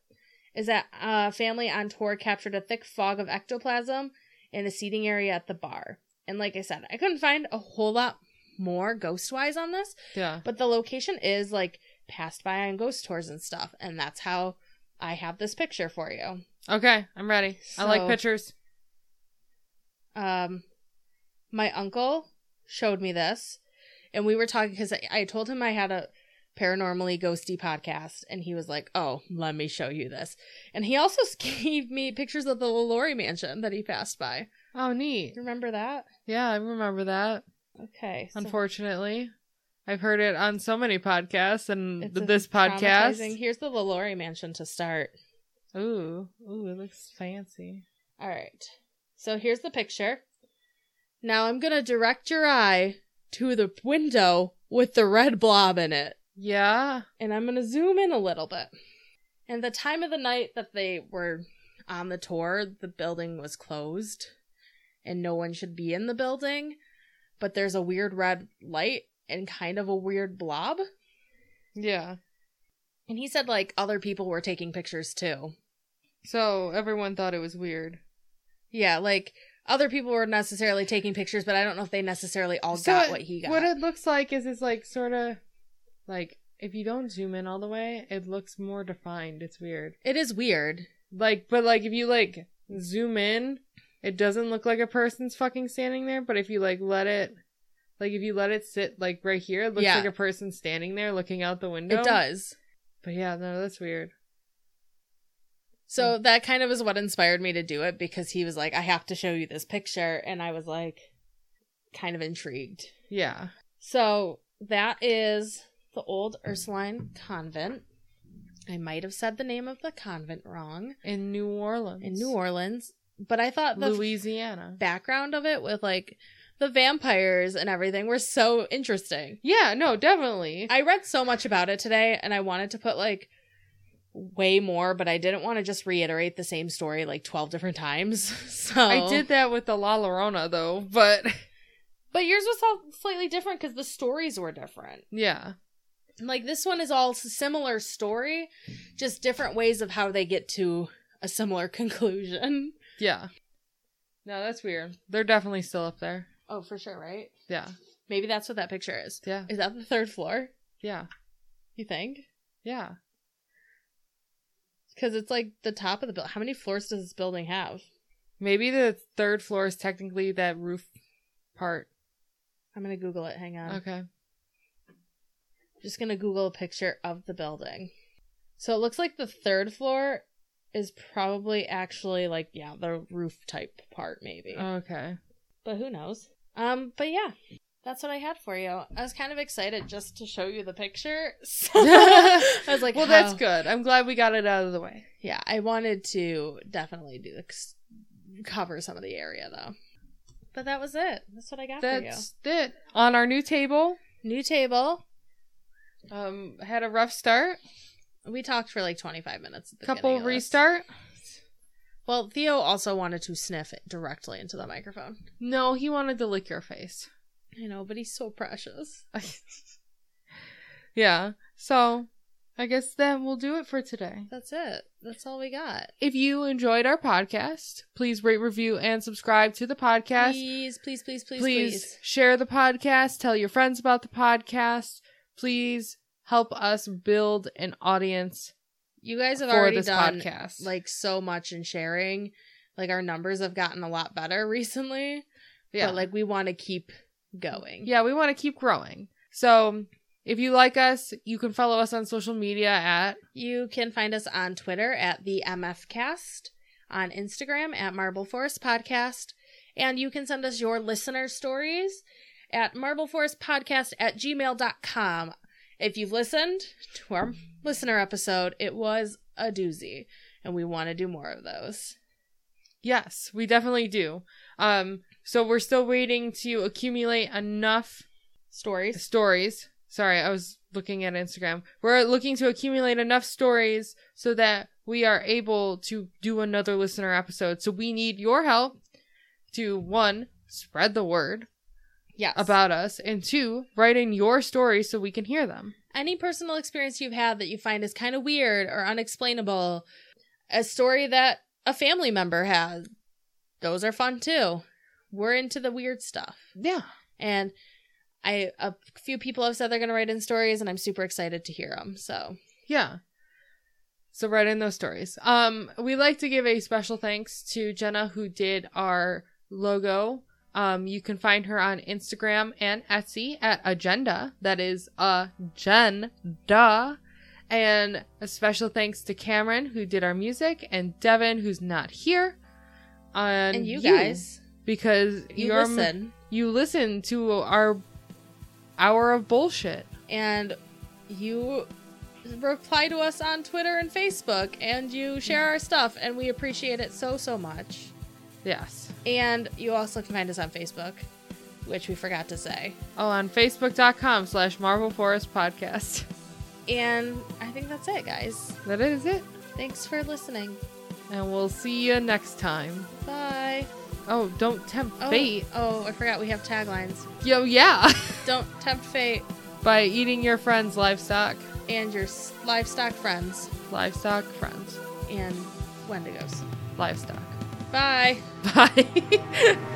[SPEAKER 2] is that a family on tour captured a thick fog of ectoplasm in a seating area at the bar. And like I said, I couldn't find a whole lot more ghost wise on this.
[SPEAKER 1] Yeah.
[SPEAKER 2] But the location is like passed by on ghost tours and stuff, and that's how I have this picture for you.
[SPEAKER 1] Okay, I'm ready. I like
[SPEAKER 2] So-
[SPEAKER 1] pictures.
[SPEAKER 2] Um, my uncle showed me this, and we were talking because I, I told him I had a paranormally ghosty podcast, and he was like, "Oh, let me show you this." And he also gave me pictures of the Lori mansion that he passed by.
[SPEAKER 1] Oh, neat.
[SPEAKER 2] Remember that?
[SPEAKER 1] Yeah, I remember that.
[SPEAKER 2] Okay. so
[SPEAKER 1] Unfortunately, I've heard it on so many podcasts and
[SPEAKER 2] it's
[SPEAKER 1] th- this
[SPEAKER 2] traumatizing.
[SPEAKER 1] podcast.
[SPEAKER 2] Here's the Lori mansion to start.
[SPEAKER 1] Ooh, ooh, it looks fancy.
[SPEAKER 2] All right. So here's the picture. Now I'm going to direct your eye to the window with the red blob in it.
[SPEAKER 1] Yeah.
[SPEAKER 2] And I'm going to zoom in a little bit. And the time of the night that they were on the tour, the building was closed and no one should be in the building. But there's a weird red light and kind of a weird blob.
[SPEAKER 1] Yeah.
[SPEAKER 2] And he said, like, other people were taking pictures too.
[SPEAKER 1] So everyone thought it was weird.
[SPEAKER 2] Yeah, like other people were necessarily taking pictures, but I don't know if they necessarily all
[SPEAKER 1] So
[SPEAKER 2] got
[SPEAKER 1] it-
[SPEAKER 2] what he got.
[SPEAKER 1] What it looks like is it's like sort of like if you don't zoom in all the way, it looks more defined. It's weird.
[SPEAKER 2] it is weird.
[SPEAKER 1] Like, but like if you like zoom in, it doesn't look like a person's fucking standing there. But if you like let it, like if you let it sit like right here, it looks
[SPEAKER 2] Yeah.
[SPEAKER 1] like a person standing there looking out the window.
[SPEAKER 2] It does.
[SPEAKER 1] But yeah, no, that's weird. Mm.
[SPEAKER 2] So that kind of is what inspired me to do it because he was like, I have to show you this picture. And I was like, kind of intrigued.
[SPEAKER 1] Yeah.
[SPEAKER 2] So that is the old Ursuline convent. I might have said the name of the convent wrong
[SPEAKER 1] in New Orleans.
[SPEAKER 2] in New Orleans, but I thought the
[SPEAKER 1] Louisiana.
[SPEAKER 2] background of it with like the vampires and everything were so interesting.
[SPEAKER 1] Yeah, no, definitely.
[SPEAKER 2] I read so much about it today and I wanted to put like way more, but I didn't want to just reiterate the same story like 12 different times. So
[SPEAKER 1] I did that with the La Llorona though, but
[SPEAKER 2] But yours was all slightly different because the stories were different.
[SPEAKER 1] yeah,
[SPEAKER 2] Like this one is all s- similar story, just different ways of how they get to a similar conclusion.
[SPEAKER 1] yeah. No, that's weird. They're definitely still up there.
[SPEAKER 2] Oh, for sure, right?
[SPEAKER 1] Yeah,
[SPEAKER 2] Maybe that's what that picture is.
[SPEAKER 1] yeah,
[SPEAKER 2] Is that the third floor?
[SPEAKER 1] yeah,
[SPEAKER 2] You think?
[SPEAKER 1] yeah.
[SPEAKER 2] Because it's like the top of the building. How many floors does this building have?
[SPEAKER 1] Maybe the third floor is technically that roof part.
[SPEAKER 2] I'm gonna Google it. Hang on.
[SPEAKER 1] Okay.
[SPEAKER 2] Just gonna Google a picture of the building. So it looks like the third floor is probably actually like yeah the roof type part maybe.
[SPEAKER 1] Uh. Okay.
[SPEAKER 2] but who knows? Um, but yeah, that's what I had for you. I was kind of excited just to show you the picture. So I was like,
[SPEAKER 1] Well, that's
[SPEAKER 2] how-
[SPEAKER 1] good. I'm glad we got it out of the way.
[SPEAKER 2] Yeah, I wanted to definitely do the c- cover some of the area though. But that was it. That's what I got
[SPEAKER 1] That's it. On our new table,
[SPEAKER 2] for you. New table.
[SPEAKER 1] um, had a rough start.
[SPEAKER 2] We talked for like 25 minutes. At the
[SPEAKER 1] Couple
[SPEAKER 2] beginning of this.
[SPEAKER 1] restart.
[SPEAKER 2] Well, Theo also wanted to sniff it directly into the microphone.
[SPEAKER 1] No, he wanted to lick your face.
[SPEAKER 2] I know, but he's so precious.
[SPEAKER 1] yeah. So I guess that will do it for today.
[SPEAKER 2] That's it. That's all we got.
[SPEAKER 1] If you enjoyed our podcast, please rate, review, and subscribe to the podcast.
[SPEAKER 2] Please, please, please,
[SPEAKER 1] please,
[SPEAKER 2] please, please.
[SPEAKER 1] share the podcast, tell your friends about the podcast. Please help us build an audience
[SPEAKER 2] You guys have
[SPEAKER 1] for
[SPEAKER 2] already
[SPEAKER 1] this
[SPEAKER 2] done
[SPEAKER 1] podcast.
[SPEAKER 2] like so much in sharing. Like our numbers have gotten a lot better recently.
[SPEAKER 1] yeah,
[SPEAKER 2] But like we want to keep going.
[SPEAKER 1] yeah, we want to keep growing. So if you like us, you can follow us on social media at
[SPEAKER 2] You can find us on Twitter at the MFcast, on Instagram at Marble Forest Podcast, and you can send us your listener stories at marbleforestpodcast at gmail.com. If you've listened to our listener episode, it was a doozy, and we want to do more of those.
[SPEAKER 1] Yes, we definitely do. Um, so we're still waiting to accumulate enough
[SPEAKER 2] Stories.
[SPEAKER 1] stories. Sorry, I was looking at Instagram. We're looking to accumulate enough stories so that we are able to do another listener episode. So we need your help to one, spread the word
[SPEAKER 2] Yes.
[SPEAKER 1] about us, and two, write in your stories so we can hear them.
[SPEAKER 2] any personal experience you've had that you find is kind of weird or unexplainable, a story that a family member had, those are fun too. We're into the weird stuff.
[SPEAKER 1] Yeah.
[SPEAKER 2] And I a few people have said they're going to write in stories and I'm super excited to hear them. So,
[SPEAKER 1] Yeah. So write in those stories. Um, we like to give a special thanks to Jenna who did our logo. Um, you can find her on Instagram and Etsy at Agenda. That is Agenda. And a special thanks to Cameron who did our music and Devin who's not here. And,
[SPEAKER 2] and, you, guys,
[SPEAKER 1] because
[SPEAKER 2] you
[SPEAKER 1] you're-
[SPEAKER 2] listen
[SPEAKER 1] you listen to our hour of bullshit.
[SPEAKER 2] and you reply to us on Twitter and Facebook and you share our stuff and we appreciate it so so much.
[SPEAKER 1] Yes.
[SPEAKER 2] And you also can find us on Facebook, which we forgot to say.
[SPEAKER 1] Oh, on facebook.com slash Marvel Forest Podcast.
[SPEAKER 2] And I think that's it, guys.
[SPEAKER 1] That is it.
[SPEAKER 2] Thanks for listening.
[SPEAKER 1] And we'll see you next time.
[SPEAKER 2] Bye.
[SPEAKER 1] Oh, don't tempt
[SPEAKER 2] Oh,
[SPEAKER 1] fate.
[SPEAKER 2] oh, I forgot we have taglines.
[SPEAKER 1] Yo, yeah.
[SPEAKER 2] Don't tempt fate
[SPEAKER 1] By eating your friends' livestock.
[SPEAKER 2] and your s- livestock friends
[SPEAKER 1] Livestock, friends.
[SPEAKER 2] and wendigos.
[SPEAKER 1] Livestock.
[SPEAKER 2] Bye.
[SPEAKER 1] Bye.